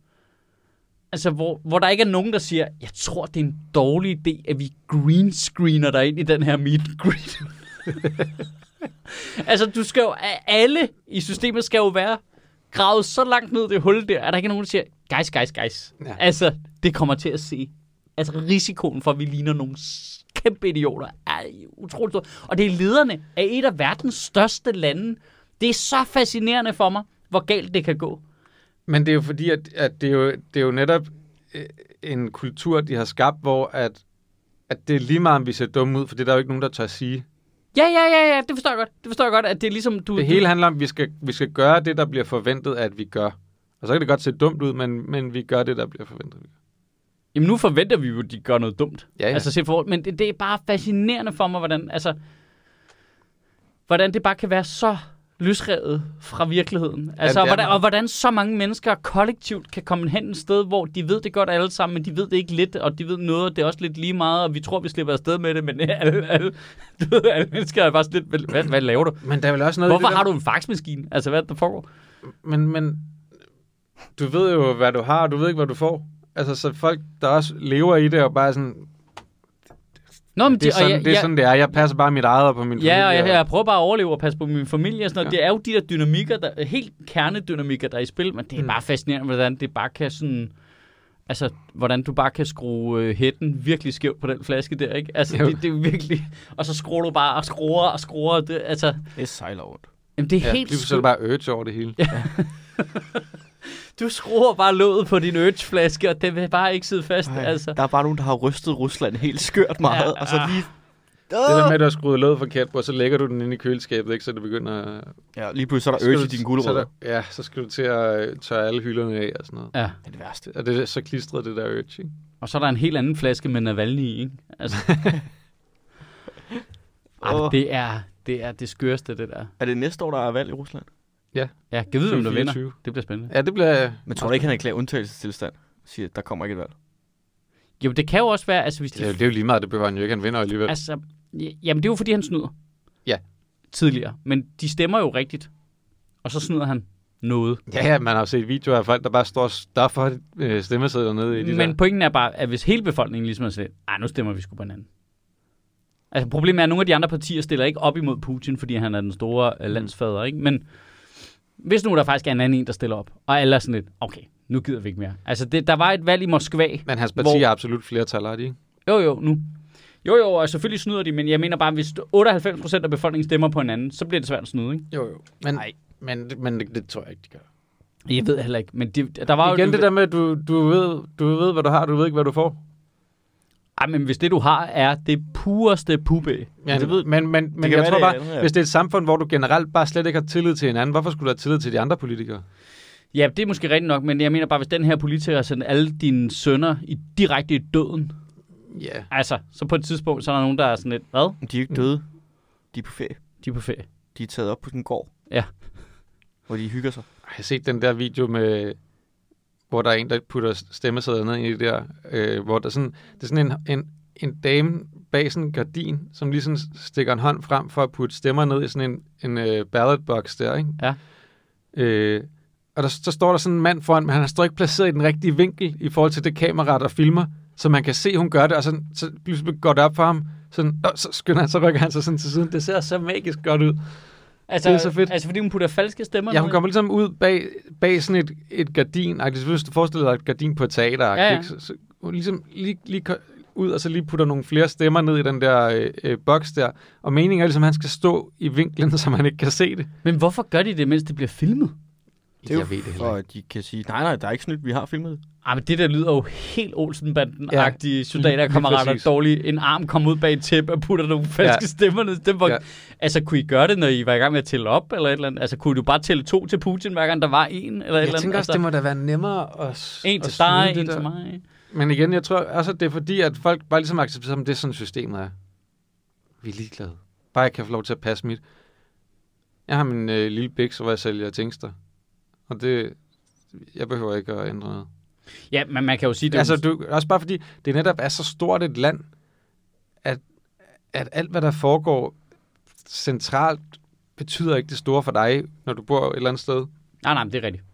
Speaker 1: Altså, hvor, hvor der ikke er nogen, der siger, jeg tror, det er en dårlig idé, at vi green screener dig ind i den her meet and greet. altså, du skal jo, alle i systemet skal jo være gravet så langt ned i det hul der, at der ikke er nogen, der siger, guys, guys, guys. Ja.
Speaker 2: Ja.
Speaker 1: Altså, det kommer til at se. Altså, risikoen for, at vi ligner nogle s- kæmpe idioter, er utroligt stor. Og det er lederne af et af verdens største lande. Det er så fascinerende for mig, hvor galt det kan gå.
Speaker 2: Men det er jo fordi, at, at det, er jo, det er jo netop øh, en kultur, de har skabt, hvor at, at det er lige meget, om vi ser dumme ud, for det er der jo ikke nogen, der tør sige.
Speaker 1: Ja, ja, ja, ja, det forstår jeg godt. Det forstår jeg godt, at det er ligesom... Du,
Speaker 2: Det hele handler om, at vi skal, vi skal gøre det, der bliver forventet, at vi gør. Og så kan det godt se dumt ud, men, men vi gør det, der bliver forventet. at vi gør.
Speaker 1: Jamen nu forventer vi jo, at de gør noget dumt.
Speaker 2: Ja, ja.
Speaker 1: Altså, se for, men det, det, er bare fascinerende for mig, hvordan, altså, hvordan det bare kan være så løsrevet fra virkeligheden. Altså,
Speaker 2: det
Speaker 1: ja,
Speaker 2: er
Speaker 1: hvordan,
Speaker 2: meget.
Speaker 1: og hvordan så mange mennesker kollektivt kan komme hen et sted, hvor de ved det godt alle sammen, men de ved det ikke lidt, og de ved noget, og det er også lidt lige meget, og vi tror, vi slipper afsted med det, men alle, alle, du ved, alle mennesker er bare sådan lidt, hvad, hvad laver du?
Speaker 2: Men der er vel også noget... i
Speaker 1: Hvorfor
Speaker 2: det
Speaker 1: har
Speaker 2: der,
Speaker 1: du en faxmaskine? Altså, hvad er det, der foregår?
Speaker 2: Men, men du ved jo, hvad du har, og du ved ikke, hvad du får. Altså, så folk, der også lever i det, og bare er sådan...
Speaker 1: Nå, men
Speaker 2: Det er
Speaker 1: og
Speaker 2: sådan,
Speaker 1: jeg-
Speaker 2: det, er,
Speaker 1: jeg-
Speaker 2: sådan det er. Jeg passer bare mit eget og på min
Speaker 1: Ja, og jeg,
Speaker 2: familie.
Speaker 1: jeg prøver bare at overleve og passe på min familie og sådan noget. Ja. Det er jo de der dynamikker, der, helt kernedynamikker, der er i spil, men det er
Speaker 2: Mm.
Speaker 1: bare fascinerende, hvordan det bare kan sådan... Altså, hvordan du bare kan skrue øh, hætten virkelig skævt på den flaske der, ikke? Altså,
Speaker 2: Jo.
Speaker 1: det, det er virkelig... Og så skruer du bare og skruer og skruer. Det, altså,
Speaker 3: Det sejler rundt.
Speaker 1: jamen, det er
Speaker 2: Ja,
Speaker 1: helt...
Speaker 2: lige så er
Speaker 1: skørt.
Speaker 2: det bare urge over det hele. Ja.
Speaker 1: Du skruer bare låget på din ølflaske, og det vil bare ikke sidde fast, Ej.
Speaker 3: Ej,
Speaker 1: altså.
Speaker 3: Der er bare nogen, der har rystet Rusland helt skørt meget,
Speaker 1: Ja,
Speaker 3: og så lige...
Speaker 2: Det der med, at du har skruet låget forkert på, og så lægger du den inde i køleskabet, ikke? så det begynder at
Speaker 3: Ja, lige pludselig så
Speaker 2: Så
Speaker 3: er der
Speaker 2: skal
Speaker 3: øl i
Speaker 2: du-
Speaker 3: dine gulerødder.
Speaker 2: så er der- Ja, så skal du til at øh, tørre alle hylderne af og sådan noget.
Speaker 1: Ja.
Speaker 3: Det er det værste.
Speaker 2: Og det er så klistret, det der urge, ikke?
Speaker 1: Og så er der en helt anden flaske med Navalny, i, ikke? Altså. Ej,
Speaker 3: Åh.
Speaker 1: det er, det er det skørste, det der.
Speaker 3: Er det næste år, der er valg i Rusland?
Speaker 1: Ja, kan vide, hvem der vinder.
Speaker 2: 24.
Speaker 1: Det bliver spændende.
Speaker 2: Ja, det bliver...
Speaker 3: Men tror du ikke, han erklærer undtagelsestilstand? Siger, der kommer ikke et valg.
Speaker 1: Jo, det kan jo også være, altså hvis de...
Speaker 2: Det er, jo, det er jo lige meget, det behøver han jo ikke. Han vinder alligevel.
Speaker 1: altså, j- jamen det er jo fordi, han snyder.
Speaker 2: Ja.
Speaker 1: Tidligere. Men de stemmer jo rigtigt. Og så snyder han noget.
Speaker 2: Ja, ja, man har jo set videoer af folk, der bare står og staffer øh, stemmesedler nede i de
Speaker 1: Men
Speaker 2: der.
Speaker 1: pointen er bare, at hvis hele befolkningen ligesom har sagt, nej, nu stemmer vi sgu på hinanden. Altså problemet er, at nogle af de andre partier stiller ikke op imod Putin, fordi han er den store
Speaker 2: Mm.
Speaker 1: øh, landsfader, ikke? Men hvis nu der faktisk er en anden en, der stiller op, og alle er sådan lidt, okay, nu gider vi ikke mere. Altså, det, der var et valg i Moskva,
Speaker 2: Men hans parti
Speaker 1: hvor-
Speaker 2: er absolut flertal, har de ikke?
Speaker 1: Jo, jo, nu. Jo, jo, og selvfølgelig snyder de, men jeg mener bare, hvis 98% af befolkningen stemmer på hinanden, så bliver det svært at snyde, ikke?
Speaker 2: Jo, jo. Men,
Speaker 1: Nej.
Speaker 2: men, men det, det tror jeg ikke, de gør.
Speaker 1: Jeg ved heller ikke, men det, der var jo...
Speaker 2: Igen det der med, at du, du, ved, du ved, hvad du har, du ved ikke, hvad du får.
Speaker 1: Ej, men hvis det, du har, er det pureste pube.
Speaker 2: Ja,
Speaker 3: det ved-
Speaker 2: men, men, men
Speaker 3: kan
Speaker 2: jeg
Speaker 3: være,
Speaker 2: tror
Speaker 3: det er
Speaker 2: bare,
Speaker 3: andet, ja.
Speaker 2: hvis det er et samfund, hvor du generelt bare slet ikke har tillid til hinanden, hvorfor skulle du have tillid til de andre politikere?
Speaker 1: Ja, det er måske rigtigt nok, men jeg mener bare, hvis den her politiker sender alle dine sønner i direkte i døden,
Speaker 2: Ja.
Speaker 1: altså, så på et tidspunkt, så er der nogen, der er sådan lidt, hvad?
Speaker 3: Men De er jo ikke døde. De er på ferie.
Speaker 1: De er på ferie.
Speaker 3: De er taget op på sådan en gård.
Speaker 1: Ja.
Speaker 3: Hvor de hygger sig.
Speaker 2: Jeg har set den der video med, hvor der er en, der putter stemmesedler ned i det der, øh, hvor der sådan, det er sådan en, en, en dame bag sådan en gardin, som lige sådan stikker en hånd frem for at putte stemmer ned i sådan en, en øh, ballot box der, ikke?
Speaker 1: Ja.
Speaker 2: Øh, og der, så står der sådan en mand foran, men han har stadig ikke placeret i den rigtige vinkel i forhold til det kamera, der filmer, så man kan se, hun gør det, og sådan, så pludselig går det op for ham, sådan, og så skynder han, så rykker han sig sådan til siden. Det ser så magisk godt ud.
Speaker 1: Altså,
Speaker 2: Det er så fedt.
Speaker 1: Altså, fordi hun putter falske stemmer
Speaker 2: Ja,
Speaker 1: ned
Speaker 2: hun
Speaker 1: i-
Speaker 2: kommer ligesom ud bag, bag sådan et, et gardin. Altså, hvis du forestiller dig et gardin på et teater,
Speaker 1: Ja, ja.
Speaker 2: ikke? Så, så, hun ligesom lige, lige ko- ud, og så lige putter nogle flere stemmer ned i den der øh, øh, boks der. Og meningen er ligesom, at han skal stå i vinklen, så man ikke kan se det.
Speaker 1: Men hvorfor gør de det, mens det bliver filmet?
Speaker 3: Det er jo for, at de kan sige, nej, nej, der er ikke snydt, vi har filmet. det."
Speaker 1: Ej, Ah, men det der lyder jo helt Olsenbanden-agtige ja,
Speaker 2: lige
Speaker 1: soldaterkammerater
Speaker 2: præcis.
Speaker 1: dårlige. En arm kom ud bag et tæppe og putter nogle falske ja.
Speaker 2: Ja.
Speaker 1: stemmer ned. Det var, ja.
Speaker 2: Ja.
Speaker 1: Altså, kunne I gøre det, når I var i gang med at tælle op, eller et eller andet? Altså, kunne du bare tælle to til Putin, hver gang der var en, eller et eller andet? altså,
Speaker 2: må da være nemmere at s-
Speaker 1: En
Speaker 2: at
Speaker 1: til
Speaker 2: snyde
Speaker 1: dig,
Speaker 2: det
Speaker 1: en
Speaker 2: der.
Speaker 1: til mig.
Speaker 2: Men igen, jeg tror også, at det er fordi, at folk bare ligesom accepterer, at det er sådan, systemet er. Vi er ligeglade. Bare jeg kan få lov til at passe mit. Jeg har min øh, lille bæk, så hvor jeg sælger tingster. Og det... Jeg behøver ikke at ændre noget.
Speaker 1: Ja, men man kan jo sige, det er
Speaker 2: Altså,
Speaker 1: jo-
Speaker 2: du, også bare fordi, det netop er så stort et land, at, at alt, hvad der foregår centralt, betyder ikke det store for dig, når du bor et eller andet sted.
Speaker 1: Nej, nej, men det er rigtigt.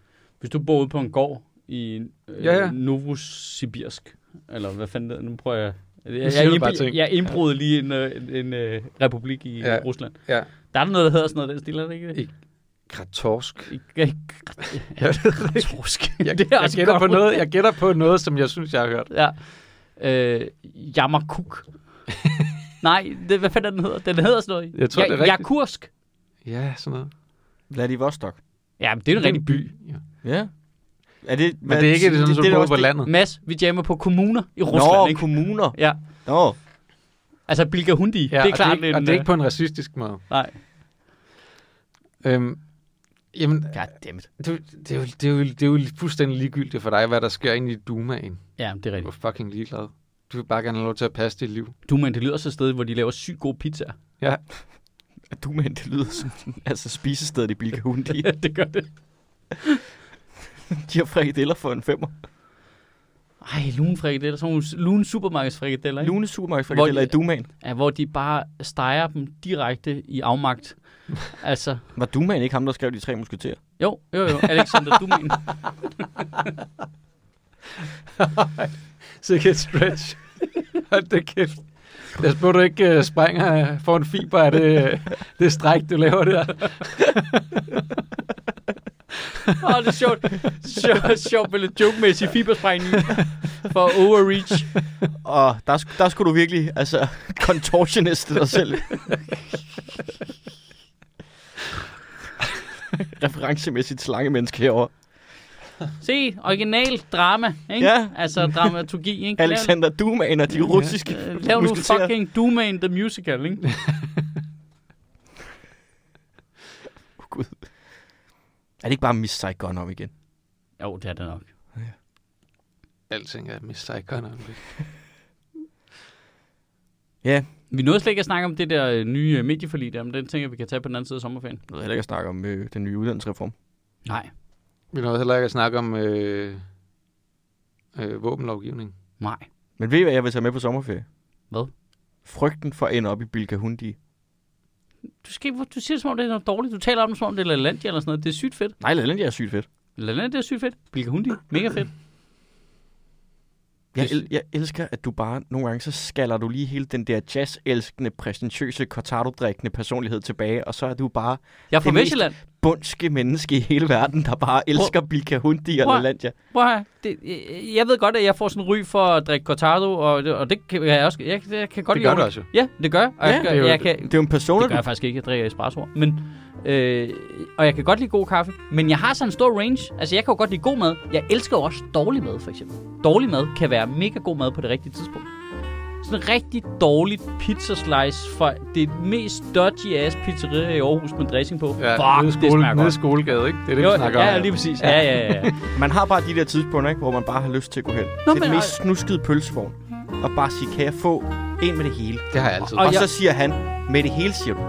Speaker 1: Hvis du bor ude på en gård i øh, ja,
Speaker 2: Ja,
Speaker 1: ja.
Speaker 2: ja.
Speaker 1: Novosibirsk, eller hvad fanden det er, nu prøver jeg... Jeg, jeg,
Speaker 2: siger du bare
Speaker 1: jeg,
Speaker 2: ting.
Speaker 1: jeg indbrød lige en, øh, en, en øh, republik i ja.
Speaker 2: Ja.
Speaker 1: Rusland.
Speaker 2: Ja.
Speaker 1: Der er der noget, der hedder sådan noget, den stiller, er det ikke det?
Speaker 2: I- Kratorsk.
Speaker 1: Jeg, jeg, jeg, trosk.
Speaker 2: Jeg,
Speaker 1: det er
Speaker 2: jeg,
Speaker 1: også
Speaker 2: gætter
Speaker 1: godt.
Speaker 2: på noget, jeg gætter på noget, som jeg synes, jeg har hørt.
Speaker 1: Ja. Øh, Yamakuk. Nej, det, hvad fanden er den hedder? Den hedder sådan noget.
Speaker 2: Jeg tror, det er rigtigt.
Speaker 1: Jakursk.
Speaker 2: Ja, sådan noget.
Speaker 3: Vladivostok.
Speaker 1: Ja, men det er en rigtig by.
Speaker 2: Ja.
Speaker 3: Ja. Er det,
Speaker 2: Men det er ikke det, sådan, så du
Speaker 3: er
Speaker 2: bor
Speaker 3: også
Speaker 2: på landet.
Speaker 1: Mads, vi jammer på kommuner i Rusland,
Speaker 3: Nå,
Speaker 1: ikke?
Speaker 3: kommuner.
Speaker 1: Ja,
Speaker 3: Nå,
Speaker 1: altså Bilga Hundi, ja, det er
Speaker 2: og
Speaker 1: klart.
Speaker 2: det, er ikke- og
Speaker 1: en,
Speaker 2: det er
Speaker 1: øh,
Speaker 2: ikke på en racistisk måde.
Speaker 1: Nej.
Speaker 2: Øhm, jamen,
Speaker 1: Goddammit.
Speaker 2: det, er jo- det, er jo, det, er jo, det er jo fuldstændig ligegyldigt for dig, hvad der sker inde i Dumaen.
Speaker 1: Ja, det er
Speaker 2: Du er
Speaker 1: rigtigt.
Speaker 2: fucking ligeglad. Du vil bare gerne have lov til at passe dit liv.
Speaker 1: Du, men det lyder så et sted, hvor de laver sygt gode pizzaer.
Speaker 2: Ja,
Speaker 3: at du men det lyder som altså spisestedet i Bilka Hundi.
Speaker 1: Ja, det gør det.
Speaker 3: De har frikadeller for en femmer.
Speaker 1: Ej, lunefrikadeller. Sådan nogle s- lune supermarkedsfrikadeller, ikke?
Speaker 3: Lune supermarkedsfrikadeller i
Speaker 1: Hvor-
Speaker 3: Dumaen.
Speaker 1: Ja, hvor de bare steger dem direkte i afmagt. altså,
Speaker 3: Var Dumaen ikke ham, der skrev de tre musketerer?
Speaker 1: jo, jo, jo. Alexander, du mener.
Speaker 2: sikkert stretch. Hold det kæft. Jeg spurgte, du ikke uh, springer øh, for en fiber af det, øh, det stræk, du laver der.
Speaker 1: Åh, oh, det er sjovt. Sjovt, sjovt med lidt joke-mæssig fibersprængning for overreach.
Speaker 3: Og der, sk- der skulle du virkelig, altså, contortioniste dig selv. Referencemæssigt slangemenneske herovre.
Speaker 1: Se, original drama, ikke?
Speaker 3: Ja.
Speaker 1: Altså dramaturgi, ikke?
Speaker 3: Alexander Dumaen og de russiske
Speaker 1: Lav, øh, lav nu
Speaker 3: musketerer.
Speaker 1: fucking Duma in the Musical, ikke?
Speaker 3: Åh, Gud. Er det ikke bare Miss Saigon om igen?
Speaker 1: Jo, det er det nok.
Speaker 2: Alting er Miss Saigon.
Speaker 3: Ja,
Speaker 1: Vi nåede slet ikke at snakke om det der øh, nye øh, medieforlig der, men den tænker jeg, vi kan tage på den anden side af sommerferien.
Speaker 3: jeg ved heller ikke at snakke om øh, den nye uddannelsesreform.
Speaker 1: Nej,
Speaker 2: Vi nåede heller ikke at snakke om øh, øh, våbenlovgivning.
Speaker 1: nej.
Speaker 3: Men ved I, hvad jeg vil tage med på sommerferie?
Speaker 1: Hvad?
Speaker 3: Frygten for at ende op i Bilka Hundi.
Speaker 1: Du, skal, hvor- du siger det, som om det er noget dårligt. Du taler om det, som om det er Lalandia eller sådan noget. Det er sygt fedt.
Speaker 3: Nej, Lalandia er sygt fedt.
Speaker 1: Lalandia er sygt fedt. Bilka Hundi, mega fedt.
Speaker 3: Jeg, el- jeg elsker, at du bare nogle gange, så skaller du lige hele den der jazz-elskende, præsentøse, cortado-drikkende personlighed tilbage, og så er du bare
Speaker 1: Jeg er fra
Speaker 3: Det mest-
Speaker 1: Vestjylland.
Speaker 3: bundske menneske i hele verden, der bare elsker Bilka Hundi og
Speaker 1: Prøv-
Speaker 3: Lalandia.
Speaker 1: Prøv at høre, det, jeg- jeg ved godt, at jeg får sådan en ry for at drikke cortado, og det, og det kan jeg også. Jeg, det, jeg kan godt
Speaker 2: Det
Speaker 1: lide
Speaker 2: gør du
Speaker 1: ordentligt.
Speaker 2: også jo.
Speaker 1: Ja, det gør jeg. Og
Speaker 3: Ja,
Speaker 1: jeg, gør,
Speaker 2: det er jo-
Speaker 1: jeg kan,
Speaker 3: Det er jo en persona,
Speaker 1: Det
Speaker 3: du
Speaker 1: gør jeg faktisk ikke. Jeg drikker espresso. Men, øh, og jeg kan godt lide god kaffe. Men jeg har sådan en stor range. Altså, jeg kan jo godt lide god mad. Jeg elsker jo også dårlig mad, for eksempel. Dårlig mad kan være mega god mad på det rigtige tidspunkt. Sådan en rigtig dårlig pizza slice fra det mest dodgy ass pizzeria i Aarhus med dressing på.
Speaker 2: Ja, nede i
Speaker 1: Fuck, det smager
Speaker 2: skole, nede i
Speaker 1: godt.
Speaker 2: skolegade, ikke? Det er det, vi
Speaker 1: Jo,
Speaker 2: snakker
Speaker 1: ja,
Speaker 2: om.
Speaker 1: lige præcis. Ja, ja, ja. ja.
Speaker 3: Man har bare de der tidspunkter, ikke, hvor man bare har lyst til at gå hen. Nå, til
Speaker 1: men-
Speaker 3: den mest snuskede pølsevogn. Og bare sige, kan jeg få en med det hele?
Speaker 2: Det har jeg altid.
Speaker 1: Og
Speaker 3: Og,
Speaker 1: jeg-
Speaker 3: så siger han, med det hele siger du.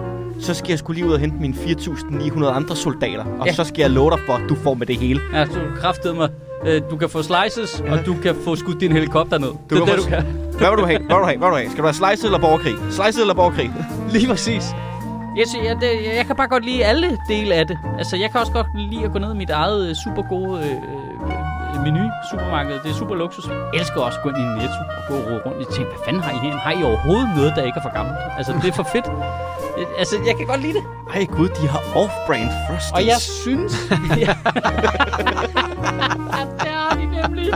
Speaker 3: Så skal jeg skulle lige ud og hente mine 4.900 andre soldater. Og
Speaker 1: Ja.
Speaker 3: så skal jeg love dig for, at du får med det hele.
Speaker 1: ja du kraftede mig. Øh, Du kan få slices, og du kan få skudt din helikopter ned. Du det er
Speaker 3: kan
Speaker 1: det, du
Speaker 3: få-
Speaker 1: kan.
Speaker 3: Hvad vil du have? Hvad vil du have? Hvad vil du have? Skal du have slicet eller borgerkrig? Slicet eller borgerkrig?
Speaker 1: Lige præcis. Jeg, sy- jeg, det, jeg kan bare godt lide alle dele af det. Altså, jeg kan også godt lide at gå ned i mit eget øh, super gode øh, øh, menu supermarked. Det er super luksus. Jeg elsker også at gå ind i Netto og gå og rode rundt og tænke, hvad fanden har I herinde? Har I overhovedet noget, der ikke er for gammelt? Altså, det er for fedt. Jeg, altså, jeg kan godt lide det.
Speaker 3: Ej gud, de har off-brand frosties.
Speaker 1: Og jeg synes... ja, der har de nemlig.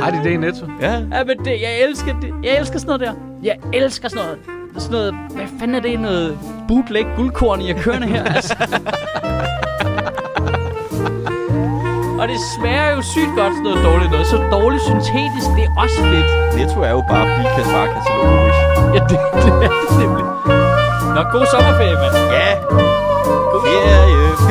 Speaker 2: Har de det i Netto?
Speaker 3: Ja.
Speaker 1: Ja, men det, jeg elsker det. Jeg elsker sådan noget der. Jeg elsker sådan noget. Sådan noget, hvad fanden er det? Noget bootleg guldkorn, jeg kører her, altså. Og det smager jo sygt godt, sådan noget dårligt noget. Så dårligt syntetisk, det er også fedt.
Speaker 3: Netto er jo bare Bilkas varekatalog.
Speaker 1: Ja, det, det er det nemlig. Nå, god sommerferie, mand.
Speaker 3: Ja. Yeah, yeah.